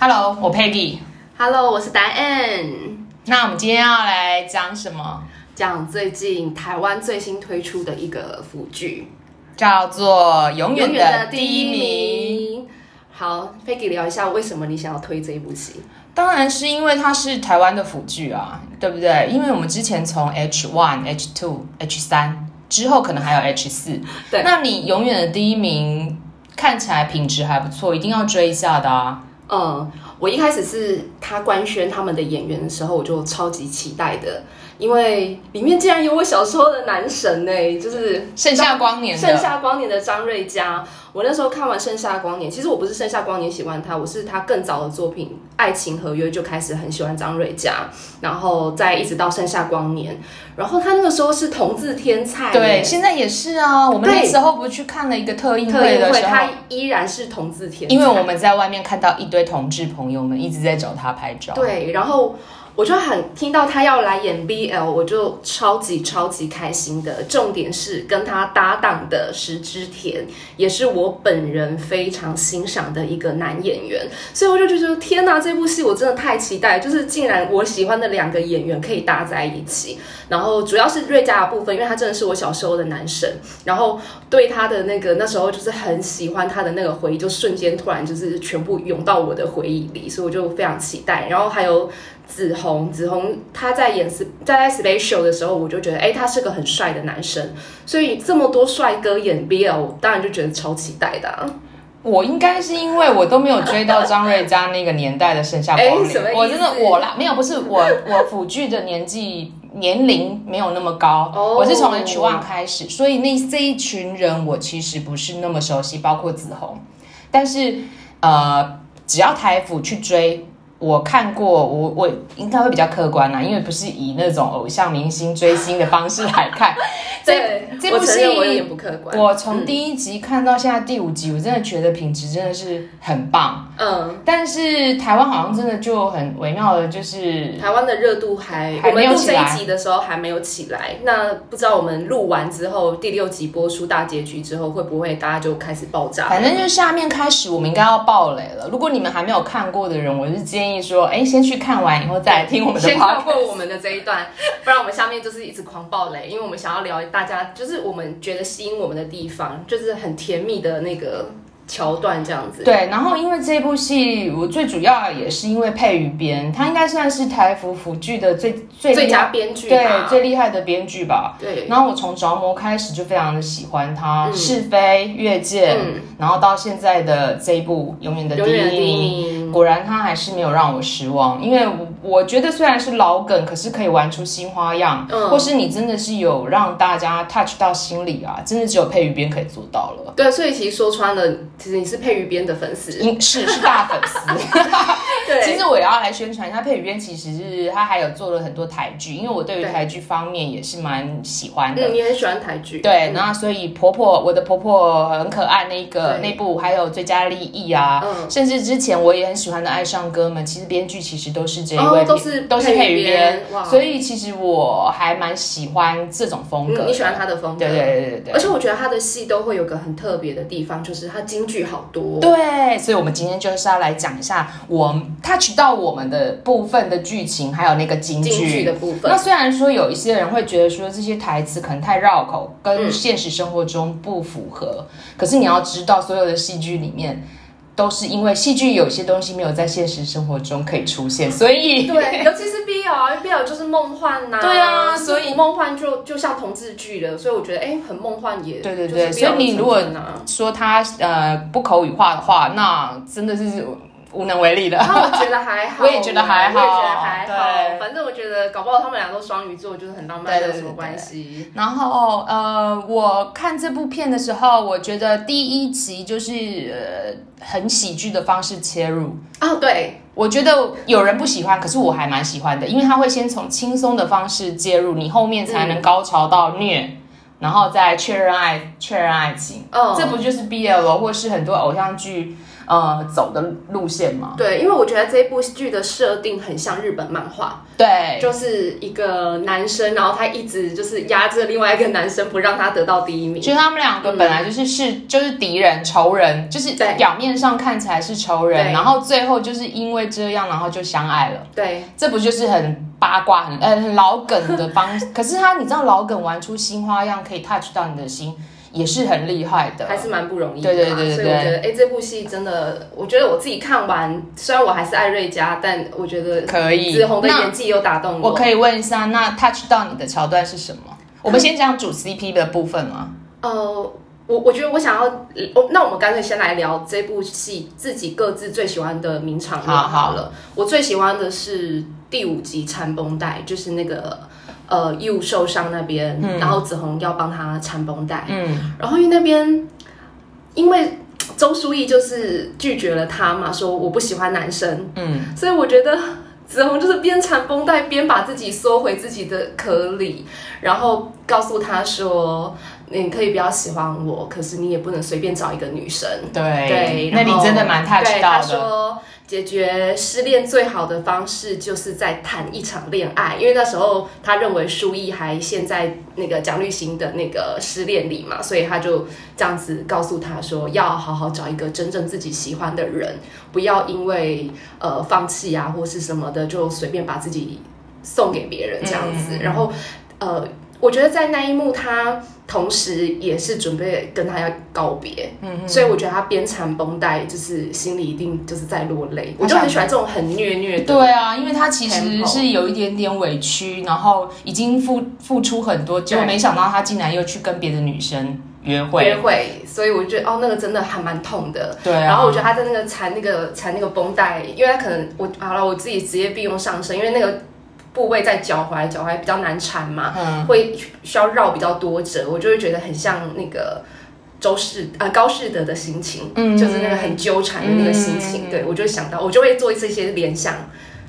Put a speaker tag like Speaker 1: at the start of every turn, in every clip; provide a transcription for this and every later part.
Speaker 1: Hello，我 Peggy。
Speaker 2: Hello，我是 Diane。
Speaker 1: 那我们今天要来讲什么？
Speaker 2: 讲最近台湾最新推出的一个腐剧
Speaker 1: 叫做《永
Speaker 2: 《
Speaker 1: 远的第一名》。
Speaker 2: 名》。好，Peggy 聊一下为什么你想要推这一部戏？
Speaker 1: 当然是因为它是台湾的腐剧啊，对不对？因为我们之前从 H one、H two、H 三之后，可能还有 H 四。
Speaker 2: 对
Speaker 1: 那你永远的第一名看起来品质还不错，一定要追一下的啊。
Speaker 2: 嗯，我一开始是他官宣他们的演员的时候，我就超级期待的，因为里面竟然有我小时候的男神呢、欸就是
Speaker 1: 盛夏光年的，
Speaker 2: 盛夏光年的张瑞佳，我那时候看完《盛夏光年》，其实我不是《盛夏光年》喜欢他，我是他更早的作品《爱情合约》就开始很喜欢张瑞佳，然后再一直到《盛夏光年》，然后他那个时候是同志天才，
Speaker 1: 对，，现在也是啊。我们
Speaker 2: 对
Speaker 1: 那时候不去看了一个特映
Speaker 2: 特
Speaker 1: 会
Speaker 2: 映
Speaker 1: 的
Speaker 2: 会
Speaker 1: 时
Speaker 2: 他
Speaker 1: 候，
Speaker 2: 依然是同志天才，
Speaker 1: 因为我们在外面看到一堆同志朋友们一直在找他拍照。
Speaker 2: 对，然后我就很听到他要来演 BL，我就超级超级开心的。重点是跟他搭档的石之田，也是我本人非常欣赏的一个男演员，所以我就觉得天哪，这部戏我真的太期待，就是竟然我喜欢的两个演员可以搭在一起。然后主要是瑞佳的部分，因为他真的是我小时候的男神，然后对他的那个那时候就是很喜欢他的那个回忆，就瞬间突然就是全部涌到我的回忆里，所以我就非常期待。然后还有紫红，紫红他在演《在在 Special》的时候，我就觉得哎，他是个很帅的男生，所以这么多帅哥演 BL，我当然就觉得超期待的、啊。
Speaker 1: 我应该是因为我都没有追到张瑞佳那个年代的盛夏光
Speaker 2: 哎什么
Speaker 1: 年，
Speaker 2: 意思
Speaker 1: 我真的我啦，没有不是我我腐剧的年纪年龄没有那么高，
Speaker 2: 哦
Speaker 1: 我是从 H one 开始，所以那这一群人我其实不是那么熟悉，包括紫红，但是呃，只要台腐去追。我看过，我我应该会比较客观啦，因为不是以那种偶像明星追星的方式来看这
Speaker 2: 对
Speaker 1: 这
Speaker 2: 我
Speaker 1: 部
Speaker 2: 承
Speaker 1: 戏
Speaker 2: 认我有点不客观。
Speaker 1: 我从第一集看到现在第五集，我真的觉得品质真的是很棒。
Speaker 2: 嗯，
Speaker 1: 但是台湾好像真的就很微妙的，就是
Speaker 2: 台湾的热度还
Speaker 1: 还
Speaker 2: 我
Speaker 1: 没
Speaker 2: 们
Speaker 1: 有
Speaker 2: 录
Speaker 1: 起
Speaker 2: 这
Speaker 1: 来
Speaker 2: 一集的时候还没有起来。那不知道我们录完之后，第六集播出大结局之后，会不会大家就开始爆炸？
Speaker 1: 反正就是下面开始我们应该要爆雷了。如果你们还没有看过的人，我是建议说，哎，先去看完以后再来听我们的
Speaker 2: 先
Speaker 1: podcast
Speaker 2: 跳过我们的这一段，不然我们下面就是一直狂暴雷，因为我们想要聊大家就是我们觉得吸引我们的地方，就是很甜蜜的那个桥段这样子。
Speaker 1: 对，然后因为这部戏，我最主要也是因为配于编，他应该算是台服腐剧的最最
Speaker 2: 最
Speaker 1: 厉害
Speaker 2: 佳编剧
Speaker 1: 对
Speaker 2: 吧
Speaker 1: 最厉害的编剧吧。
Speaker 2: 对
Speaker 1: 然后我从着魔开始就非常的喜欢他，
Speaker 2: 嗯
Speaker 1: 是非越界，然后到现在的这一部永远的第
Speaker 2: 永远的第
Speaker 1: 一
Speaker 2: 一
Speaker 1: 名。
Speaker 2: 名。
Speaker 1: 果然他还是没有让我失望，因为我我觉得虽然是老梗，可是可以玩出新花样，
Speaker 2: 嗯
Speaker 1: 或是你真的是有让大家 touch 到心里啊，真的只有配鱼编可以做到了。
Speaker 2: 对，所以其实说穿了，其实你是配鱼编的粉丝。
Speaker 1: 因是是大粉丝，
Speaker 2: 对
Speaker 1: 其实我也要来宣传一下佩宇编，其实是他还有做了很多台剧，因为我对于
Speaker 2: 对
Speaker 1: 台剧方面也是蛮喜欢的。
Speaker 2: 嗯，你很喜欢台剧。
Speaker 1: 对，那所以婆婆，我的婆婆很可爱，那个
Speaker 2: 对
Speaker 1: 那部还有最佳利益啊，
Speaker 2: 嗯
Speaker 1: 甚至之前我也很喜欢的《爱上哥们》，其实编剧其实都是这一位
Speaker 2: 哦
Speaker 1: 编，
Speaker 2: 都是
Speaker 1: 都是
Speaker 2: 配
Speaker 1: 配
Speaker 2: 于
Speaker 1: 于编
Speaker 2: 编哇，
Speaker 1: 所以其实我还蛮喜欢这种风格的、
Speaker 2: 嗯，你喜欢他的风格。
Speaker 1: 对？对对对对
Speaker 2: 而且我觉得他的戏都会有个很特别的地方，就是他京剧好多。
Speaker 1: 对，所以我们今天就是要来讲一下我 touch 到我们的部分的剧情，还有那个京
Speaker 2: 京
Speaker 1: 剧
Speaker 2: 剧的部分
Speaker 1: 那虽然说有一些人会觉得说这些台词可能太绕口，跟现实生活中不符合，可是你要知道，所有的戏剧里面。都是因为戏剧有些东西没有在现实生活中可以出现，所以
Speaker 2: 对，尤其是 BL 啊因为，BL 就是梦幻呐、
Speaker 1: 对啊
Speaker 2: 就是
Speaker 1: 所以
Speaker 2: 不梦幻就就像同志剧了，所以我觉得哎、很梦幻也
Speaker 1: 对对
Speaker 2: 就是
Speaker 1: 对，
Speaker 2: BL
Speaker 1: 所以你如果
Speaker 2: 的成分啊
Speaker 1: 说他呃不口语化的话，那真的是无能为力的。
Speaker 2: 那我觉得还好，
Speaker 1: 我也觉得还好
Speaker 2: 我也觉得还
Speaker 1: 对
Speaker 2: 好。反正我觉得搞不好他们俩都双鱼座，就是很浪
Speaker 1: 对
Speaker 2: 漫，
Speaker 1: 对
Speaker 2: 有
Speaker 1: 对
Speaker 2: 什么
Speaker 1: 对
Speaker 2: 关系？
Speaker 1: 然后呃，我看这部片的时候，我觉得第一集就是呃很喜剧的方式切入。
Speaker 2: 哦，对，
Speaker 1: 我觉得有人不喜欢，可是我还蛮喜欢的，因为他会先从轻松的方式介入，你后面才能高潮到虐，然后再确认爱确认爱情。
Speaker 2: 哦
Speaker 1: 这不就是 BL 或是很多偶像剧呃走的路线吗？
Speaker 2: 对，因为我觉得这部剧的设定很像日本漫画，
Speaker 1: 对，
Speaker 2: 就是一个男生，然后他一直就是压着另外一个男生，不让他得到第一名。
Speaker 1: 就是他们两个本来就是是、就是敌人仇人，就是
Speaker 2: 对
Speaker 1: 表面上看起来是仇人，
Speaker 2: 对
Speaker 1: 然后最后就是因为这样，然后就相爱了。
Speaker 2: 对，
Speaker 1: 这不就是很八卦、很呃很老梗的方？ 可是他，你知道老梗玩出新花样，可以 touch 到你的心，也是很厉害的。
Speaker 2: 还是蛮不容易的啦。
Speaker 1: 对对对对
Speaker 2: 所以我觉得，哎，这部戏真的，我觉得我自己看完，虽然我还是爱瑞佳，但我觉得
Speaker 1: 可以
Speaker 2: 子红的
Speaker 1: 那
Speaker 2: 演技有打动
Speaker 1: 我可以问一下，那 touch 到你的桥段是什
Speaker 2: 嗯
Speaker 1: 么？我们先讲主 CP 的部分嘛。
Speaker 2: 呃，我我觉得我想要，我那我们干脆先来聊这部戏自己各自最喜欢的名场面
Speaker 1: 好好
Speaker 2: 好了。我最喜欢的是第五集缠绷带，就是那个呃义务受伤那边，然后子红要帮他缠绷带，
Speaker 1: 嗯，
Speaker 2: 然后因为那边因为。周书逸就是拒绝了他嘛，说我不喜欢男生，
Speaker 1: 嗯，
Speaker 2: 所以我觉得子红就是边缠绷带边把自己缩回自己的壳里，然后告诉他说：“你可以不要喜欢我，可是你也不能随便找一个女生。”
Speaker 1: 对
Speaker 2: 对，
Speaker 1: 那
Speaker 2: 然后
Speaker 1: 你真的蛮 touch
Speaker 2: 对
Speaker 1: 到
Speaker 2: 他
Speaker 1: 的。
Speaker 2: 说，解决失恋最好的方式就是在谈一场恋爱，因为那时候他认为舒逸还陷在那个蒋律行的那个失恋里嘛，所以他就这样子告诉他说，要好好找一个真正自己喜欢的人，不要因为呃放弃啊或是什么的，就随便把自己送给别人这样子。
Speaker 1: 嗯
Speaker 2: 然后呃，我觉得在那一幕他。同时，也是准备跟他要告别，
Speaker 1: 嗯
Speaker 2: 所以我觉得他边缠绷带，就是心里一定就是在落泪。我就很喜欢这种很虐虐的，
Speaker 1: 对啊，因为他其实
Speaker 2: Tempo
Speaker 1: 是有一点点委屈，然后已经付付出很多，结果
Speaker 2: 对
Speaker 1: 没想到他竟然又去跟别的女生约
Speaker 2: 约
Speaker 1: 会。
Speaker 2: 会，所以我觉得哦，那个真的还蛮痛的。
Speaker 1: 对啊，
Speaker 2: 然后我觉得他在那个缠那个缠那个绷带，因为他可能我好了，我自己职业病用上身，因为那个部位在脚踝，脚踝比较难缠嘛，
Speaker 1: 嗯
Speaker 2: 会需要绕比较多折，我就会觉得很像那个周世呃高士德的心情，
Speaker 1: 嗯
Speaker 2: 就是那个很纠缠的那个心情，对我就会想到，我就会做这些联想。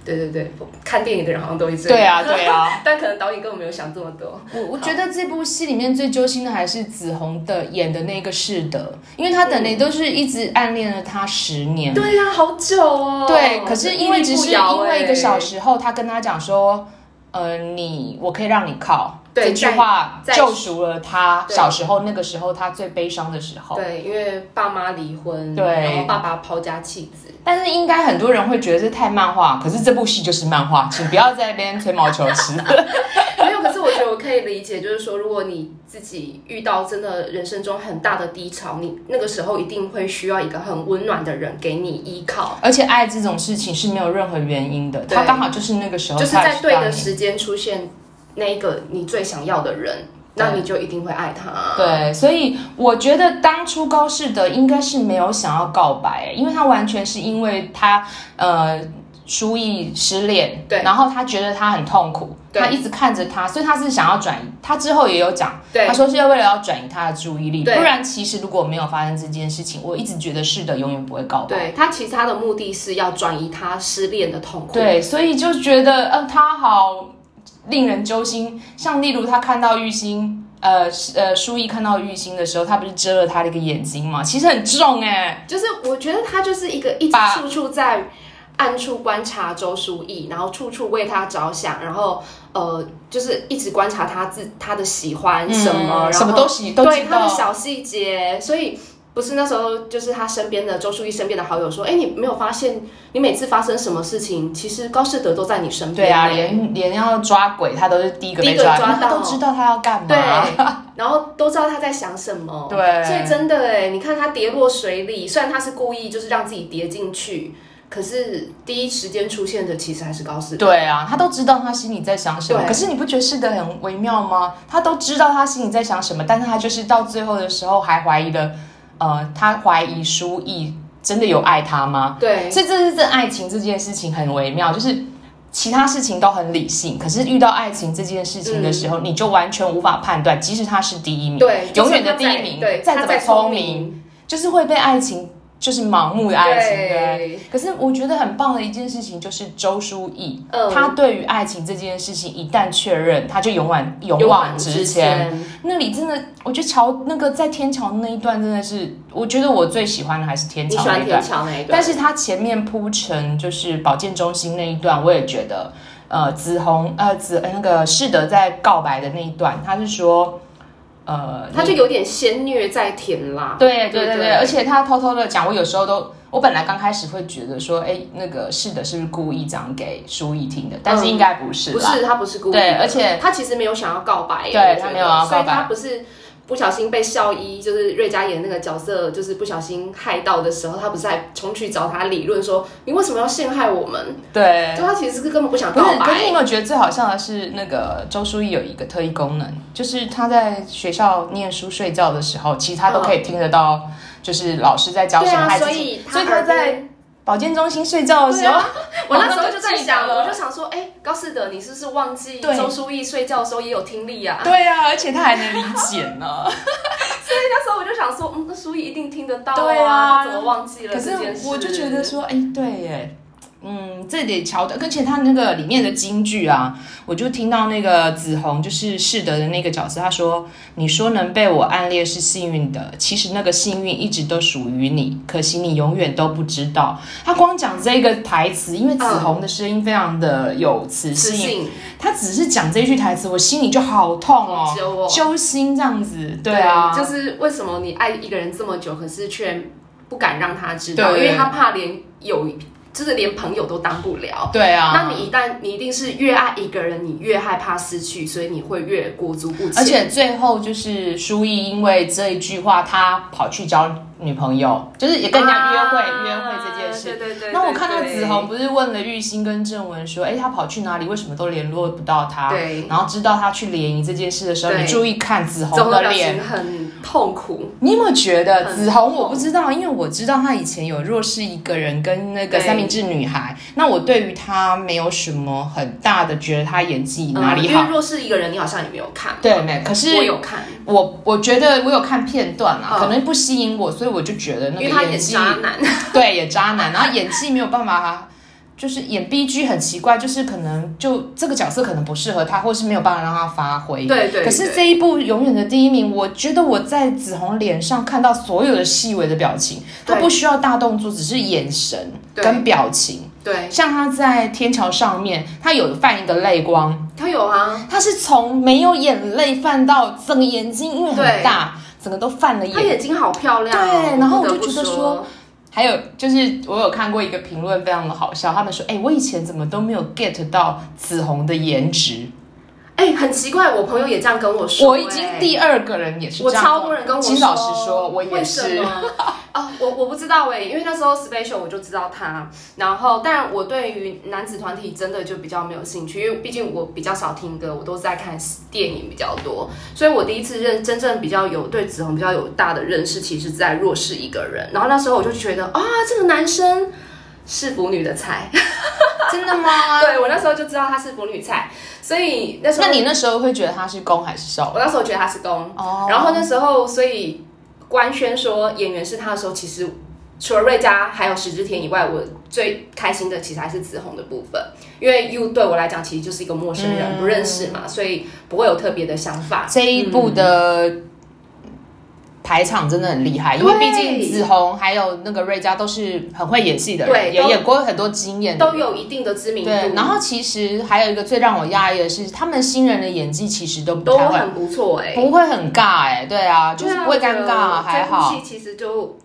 Speaker 2: 对对对，看电影的人好像都会这样。
Speaker 1: 对啊，对啊。
Speaker 2: 但可能导演根本没有想这么多。
Speaker 1: 我我觉得这部戏里面最揪心的还是紫红的演的那个世德，因为他等于都是一直暗恋了他十年。
Speaker 2: 对呀、好久哦。
Speaker 1: 嗯对，可是因为只是
Speaker 2: 不摇
Speaker 1: 因为一个小
Speaker 2: 欸
Speaker 1: 时后，他跟他讲说，呃，你我可以让你靠，
Speaker 2: 对
Speaker 1: 这句话
Speaker 2: 在在
Speaker 1: 救赎了他
Speaker 2: 对
Speaker 1: 小时候那个时候他最悲伤的时候。
Speaker 2: 对，因为爸妈离婚，
Speaker 1: 对
Speaker 2: 然后爸爸抛家弃子，
Speaker 1: 但是应该很多人会觉得这太漫画，可是这部戏就是漫画，请不要在那边吹毛求疵。
Speaker 2: 没有。可是我觉得我可以理解，就是说，如果你自己遇到真的人生中很大的低潮，你那个时候一定会需要一个很温暖的人给你依靠，
Speaker 1: 而且爱这种事情是没有任何原因的，他
Speaker 2: 对
Speaker 1: 刚好就是那个时候
Speaker 2: 就是在
Speaker 1: touch
Speaker 2: 对
Speaker 1: 到
Speaker 2: 的
Speaker 1: 你
Speaker 2: 时间出现那一个你最想要的人，那你就一定会爱他。
Speaker 1: 对，所以我觉得当初高士德应该是没有想要告白，因为他完全是因为他呃书逸失恋，
Speaker 2: 对
Speaker 1: 然后他觉得他很痛苦，
Speaker 2: 对
Speaker 1: 他一直看着他，所以他是想要转移。他之后也有讲，
Speaker 2: 对
Speaker 1: 他说是要为了要转移他的注意力，不
Speaker 2: 对
Speaker 1: 然其实如果没有发生这件事情，我一直觉得士德永远不会告白。
Speaker 2: 对他其实他的目的是要转移他失恋的痛苦。
Speaker 1: 对，所以就觉得呃，他好令人揪心。像例如他看到玉星，呃是呃，舒逸看到玉星的时候，他不是遮了他的一个眼睛吗？其实很重哎、
Speaker 2: 就是我觉得他就是一个一直
Speaker 1: 把
Speaker 2: 处处在暗处观察周书逸，然后处处为他着想，然后呃，就是一直观察他自他的喜欢什么，然后
Speaker 1: 嗯什么都喜都
Speaker 2: 对
Speaker 1: 知
Speaker 2: 他
Speaker 1: 道。
Speaker 2: 的小细节，所以。不是那时候，就是他身边的周书逸身边的好友说：“哎、你没有发现，你每次发生什么事情，其实高士德都在你身边。”
Speaker 1: 对啊，连连要抓鬼，他都是第一个
Speaker 2: 第一
Speaker 1: 被
Speaker 2: 个
Speaker 1: 抓，
Speaker 2: 抓
Speaker 1: 因为他
Speaker 2: 到
Speaker 1: 都知道他要干嘛。
Speaker 2: 对， 然后都知道他在想什么。
Speaker 1: 对
Speaker 2: 所以真的哎，你看他跌落水里，虽然他是故意就是让自己跌进去，可是第一时间出现的其实还是高士德。
Speaker 1: 对啊，他都知道他心里在想什么。
Speaker 2: 对
Speaker 1: 可是你不觉得是的很微妙吗？他都知道他心里在想什么，但是他就是到最后的时候还怀疑了，呃，他怀疑舒逸真的有爱他吗？
Speaker 2: 对
Speaker 1: 所以这是这爱情这件事情很微妙，就是其他事情都很理性，可是遇到爱情这件事情的时候，你就完全无法判断，即使他是第一名，
Speaker 2: 对，
Speaker 1: 嗯永远的
Speaker 2: 就
Speaker 1: 第一
Speaker 2: 算他在
Speaker 1: 名，
Speaker 2: 对，
Speaker 1: 再
Speaker 2: 他
Speaker 1: 怎么聪明，，就是会被爱情就是盲目的爱情，对。
Speaker 2: 对，
Speaker 1: 可是我觉得很棒的一件事情就是周书逸，
Speaker 2: 嗯
Speaker 1: 他对于爱情这件事情一旦确认，他就勇往勇往直前。，那里真的，我觉得桥那个在天桥那一段真的是，我觉得我最喜欢的还是天
Speaker 2: 你
Speaker 1: 桥
Speaker 2: 喜
Speaker 1: 那
Speaker 2: 欢
Speaker 1: 一
Speaker 2: 天
Speaker 1: 段。
Speaker 2: 桥那一段
Speaker 1: 但，是他前面铺陈就是保健中心那一段，我也觉得，呃，紫红呃紫呃那个世德在告白的那一段，他是说，呃，
Speaker 2: 他
Speaker 1: 你
Speaker 2: 就有点先虐在甜啦。
Speaker 1: 对
Speaker 2: 对
Speaker 1: 对对
Speaker 2: 对
Speaker 1: 对，而且他偷偷的讲，我有时候都，我本来刚开始会觉得说，哎，那个是的，是不是故意讲给舒怡听的？但是应该不是
Speaker 2: 嗯不
Speaker 1: 啦，
Speaker 2: 是，他不是故意的，
Speaker 1: 对而且
Speaker 2: 他其实没有想要告白，
Speaker 1: 对
Speaker 2: 我觉得
Speaker 1: 他没有要告白
Speaker 2: 所以他不是不小心被校医，就是瑞佳演那个角色，就是不小心害到的时候，他不是还冲去找他理论说你为什么要陷害我们？
Speaker 1: 对
Speaker 2: 就。他其实是根本不想
Speaker 1: 不
Speaker 2: 告
Speaker 1: 是，可是你有没
Speaker 2: 白，
Speaker 1: 有觉得最好笑的是，那个周书逸有一个特异功能，就是他在学校念书睡觉的时候，其实他都可以听得到，就是老师在教
Speaker 2: 嗯对
Speaker 1: 什么，
Speaker 2: 啊，
Speaker 1: 还自
Speaker 2: 所
Speaker 1: 己
Speaker 2: 以
Speaker 1: 所以
Speaker 2: 他
Speaker 1: 他在保健中心睡觉的时 候，
Speaker 2: 我那时候就在
Speaker 1: 哦
Speaker 2: 想，
Speaker 1: 那就
Speaker 2: 啊我就想说，哎、高士德，你是不是忘记
Speaker 1: 对
Speaker 2: 周书逸睡觉的时候也有听力啊？
Speaker 1: 对啊，而且他还能理解 呢。
Speaker 2: 那时候我就想说，嗯，那书逸一定听得到、
Speaker 1: 对
Speaker 2: 啊，
Speaker 1: 啊
Speaker 2: 他怎么忘记了
Speaker 1: 可
Speaker 2: 这
Speaker 1: 是
Speaker 2: 件事？
Speaker 1: 我就觉得说，哎、对耶，嗯，这得桥段，而且他那个里面的金句啊，我就听到那个紫红就是世德的那个角色，他说：“你说能被我暗恋是幸运的，其实那个幸运一直都属于你，可惜你永远都不知道。”他光讲这个台词，因为紫
Speaker 2: 嗯
Speaker 1: 红的声音非常的有磁
Speaker 2: 自
Speaker 1: 性，
Speaker 2: 信，
Speaker 1: 他只是讲这一句台词，我心里就好痛哦
Speaker 2: 好，揪哦
Speaker 1: 揪心这样子，对啊，
Speaker 2: 就是为什么你爱一个人这么久，可是却不敢让他知道，因
Speaker 1: 对
Speaker 2: 为他怕连有，就是连朋友都当不了。
Speaker 1: 对啊，
Speaker 2: 那你一旦你一定是越爱一个人，你越害怕失去，所以你会越裹足不前。
Speaker 1: 而且最后就是舒逸，因为这一句话，他跑去交女朋友，就是也跟人家约会、
Speaker 2: 啊
Speaker 1: 约会这件事。
Speaker 2: 对对对。
Speaker 1: 那我看到
Speaker 2: 对
Speaker 1: 子红，不是问了玉兴跟郑文说，哎，他跑去哪里？为什么都联络不到他？
Speaker 2: 对
Speaker 1: 然后知道他去联谊这件事的时候，
Speaker 2: 对
Speaker 1: 你注意看子
Speaker 2: 总
Speaker 1: 红
Speaker 2: 的
Speaker 1: 的
Speaker 2: 表
Speaker 1: 脸
Speaker 2: 情，很痛苦。
Speaker 1: 你有没有觉得
Speaker 2: 很
Speaker 1: 子红？我不知道，因为我知道他以前有弱势一个人跟那个
Speaker 2: 对
Speaker 1: 三明治女孩，那我对于他没有什么很大的觉得他演技哪
Speaker 2: 嗯
Speaker 1: 里
Speaker 2: 因
Speaker 1: 好
Speaker 2: 为。若是一个人，你好像也没有看。
Speaker 1: 对，没有。可是
Speaker 2: 我有看，
Speaker 1: 我我觉得我有看片段啦，
Speaker 2: 嗯
Speaker 1: 可能不吸引我，所以我就觉得那
Speaker 2: 因
Speaker 1: 个
Speaker 2: 为他
Speaker 1: 演
Speaker 2: 演
Speaker 1: 技
Speaker 2: 渣男，
Speaker 1: 对演渣男，然后演技没有办法，就是演 B G 很奇怪，就是可能就这个角色可能不适合他，或是没有办法让他发挥。
Speaker 2: 对对。
Speaker 1: 可是
Speaker 2: 对
Speaker 1: 这一部永远的第一名，我觉得我在紫红脸上看到所有的细微的表情，他
Speaker 2: 对
Speaker 1: 不需要大动作，只是眼神
Speaker 2: 对
Speaker 1: 跟表情。
Speaker 2: 对，
Speaker 1: 像他在天桥上面，他有泛一个泪光，
Speaker 2: 他有啊，
Speaker 1: 他是从没有眼泪泛到整个眼睛，因为很大，整个都泛了
Speaker 2: 他
Speaker 1: 眼。
Speaker 2: 眼睛好漂亮哦。
Speaker 1: 对然后我就
Speaker 2: 不不
Speaker 1: 觉得说，还有就是，我有看过一个评论，非常的好笑。他们说：“哎、我以前怎么都没有 get 到紫红的颜值？
Speaker 2: 哎，很奇怪，我朋友也这样跟我说，
Speaker 1: 我已经
Speaker 2: 哎
Speaker 1: 第二个人也是
Speaker 2: 我
Speaker 1: 这样。”
Speaker 2: 超多人跟我
Speaker 1: 金老师说我也
Speaker 2: 为什
Speaker 1: 是
Speaker 2: 么哦，我我不知道哎、因为那时候 special 我就知道他，然后但我对于男子团体真的就比较没有兴趣，因为毕竟我比较少听歌，我都是在看电影比较多，所以我第一次认真正比较有对子红比较有大的认识，其实是在弱势一个人，然后那时候我就觉得啊，这个男生是腐女的菜，
Speaker 1: 真的吗？
Speaker 2: 对我那时候就知道他是腐女菜，所以那时候
Speaker 1: 啊那你那时候会觉得他是攻还是受？
Speaker 2: 我那时候觉得他是攻。
Speaker 1: 哦
Speaker 2: 然后那时候，所以官宣说演员是他的时候，其实除了瑞佳还有石之田以外，我最开心的其实还是紫红的部分，因为 U 对我来讲其实就是一个陌生
Speaker 1: 嗯
Speaker 2: 人，不认识嘛，所以不会有特别的想法。
Speaker 1: 这一部的排场真的很厉害，因
Speaker 2: 对
Speaker 1: 为毕竟紫红还有那个瑞佳都是很会演戏的
Speaker 2: 对
Speaker 1: 人，也
Speaker 2: 都
Speaker 1: 演过很多经验的
Speaker 2: 都
Speaker 1: 人
Speaker 2: 有一定的知名度，
Speaker 1: 对，然后其实还有一个最让我讶异的是，他们新人的演技其实都不
Speaker 2: 都
Speaker 1: 太会，
Speaker 2: 很不错哎、
Speaker 1: 不会很尬哎、对啊，就是不会尴
Speaker 2: 对啊
Speaker 1: 尬，还
Speaker 2: 我觉得这部
Speaker 1: 好。
Speaker 2: 戏其实就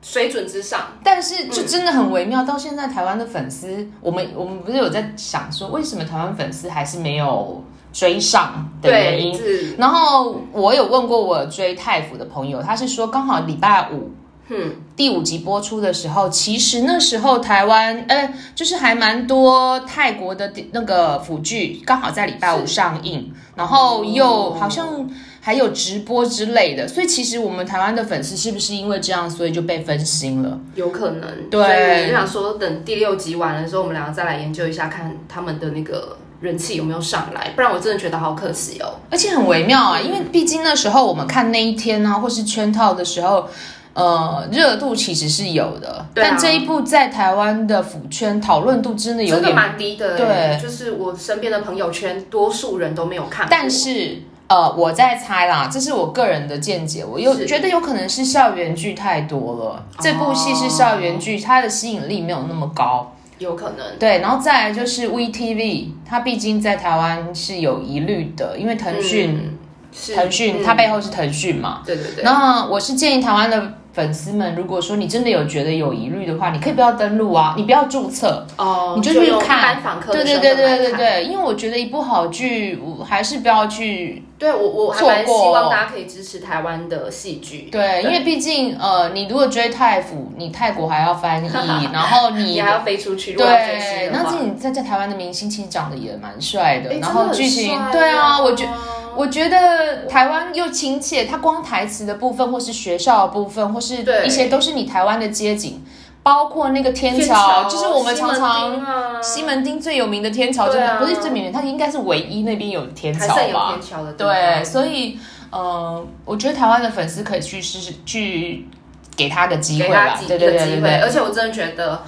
Speaker 2: 水准之上，
Speaker 1: 但是
Speaker 2: 嗯
Speaker 1: 就真的很微妙，到现在台湾的粉丝，我们我们不是有在想说，为什么台湾粉丝还是没有追上的原
Speaker 2: 对，
Speaker 1: 因？
Speaker 2: 是
Speaker 1: 然后我有问过我追泰服的朋友，他是说刚好礼拜五
Speaker 2: 嗯，
Speaker 1: 第五集播出的时候，其实那时候台湾，呃，就是还蛮多泰国的那个腐剧，刚好在礼拜五上映，然后又好像还有直播之类的，所以其实我们台湾的粉丝是不是因为这样，所以就被分心了？
Speaker 2: 有可能，
Speaker 1: 对
Speaker 2: 所以我就想说，等第六集完的时候，我们两个再来研究一下，看他们的那个人气有没有上来，不然我真的觉得好可惜哦。
Speaker 1: 而且很微妙啊，因为毕竟那时候我们看那一天呢、啊，或是圈套的时候。呃，热度其实是有的，
Speaker 2: 对啊
Speaker 1: 但这一部在台湾的腐圈讨论度真的有
Speaker 2: 真的
Speaker 1: 点，
Speaker 2: 蛮低的、
Speaker 1: 对
Speaker 2: 就是我身边的朋友圈，多数人都没有看过。
Speaker 1: 但是呃，我在猜啦，这是我个人的见解，我又
Speaker 2: 是
Speaker 1: 觉得有可能是校园剧太多
Speaker 2: 哦
Speaker 1: 了，这部戏是校园剧，它的吸引力没有那么高。
Speaker 2: 有可能，
Speaker 1: 对，然后再来就是 VTV，它毕竟在台湾是有疑虑的，因为腾讯，
Speaker 2: 嗯、是
Speaker 1: 腾讯
Speaker 2: 嗯
Speaker 1: 它背后是腾讯嘛，
Speaker 2: 对对对，
Speaker 1: 那我是建议台湾的粉丝们，如果说你真的有觉得有疑虑的话，你可以不要登录啊，你不要注册。
Speaker 2: 哦，
Speaker 1: 你就去
Speaker 2: 用一
Speaker 1: 看
Speaker 2: 般访客
Speaker 1: 对
Speaker 2: 的
Speaker 1: 对
Speaker 2: 身
Speaker 1: 对
Speaker 2: 份
Speaker 1: 对
Speaker 2: 来
Speaker 1: 对
Speaker 2: 看。
Speaker 1: 对，因为我觉得一部好剧，我还是不要去。
Speaker 2: 对我我还
Speaker 1: 错
Speaker 2: 蛮希
Speaker 1: 过
Speaker 2: 望大家可以支持台湾的戏剧，
Speaker 1: 对，因为毕竟呃，你如果追泰腐，你泰国还要翻 译，然后
Speaker 2: 你
Speaker 1: 你。
Speaker 2: 还要飞出去，如果要追
Speaker 1: 对
Speaker 2: 星，的
Speaker 1: 那
Speaker 2: 话，
Speaker 1: 这你在在台湾的明星其实长得也蛮帅的，
Speaker 2: 诶
Speaker 1: 然后剧情对啊，我觉
Speaker 2: 哦
Speaker 1: 我觉得台湾又亲切，它光台词的部分，或是学校的部分，或是
Speaker 2: 对
Speaker 1: 一些都是你台湾的街景，包括那个天
Speaker 2: 天
Speaker 1: 桥，
Speaker 2: 桥
Speaker 1: 就是我们常
Speaker 2: 西门
Speaker 1: 常
Speaker 2: 町啊
Speaker 1: 西门町最有名的天桥，
Speaker 2: 对啊
Speaker 1: 就不是最有名，它应该是唯一那边有天
Speaker 2: 还
Speaker 1: 桥
Speaker 2: 算有
Speaker 1: 吧
Speaker 2: 天？桥的地方
Speaker 1: 对，，所以呃，我觉得台湾的粉丝可以去试试去给他个机
Speaker 2: 给
Speaker 1: 会
Speaker 2: 大家
Speaker 1: 吧
Speaker 2: 几，
Speaker 1: 对
Speaker 2: 个
Speaker 1: 对对
Speaker 2: 机
Speaker 1: 对
Speaker 2: 会，
Speaker 1: 对。
Speaker 2: 而且我真的觉得。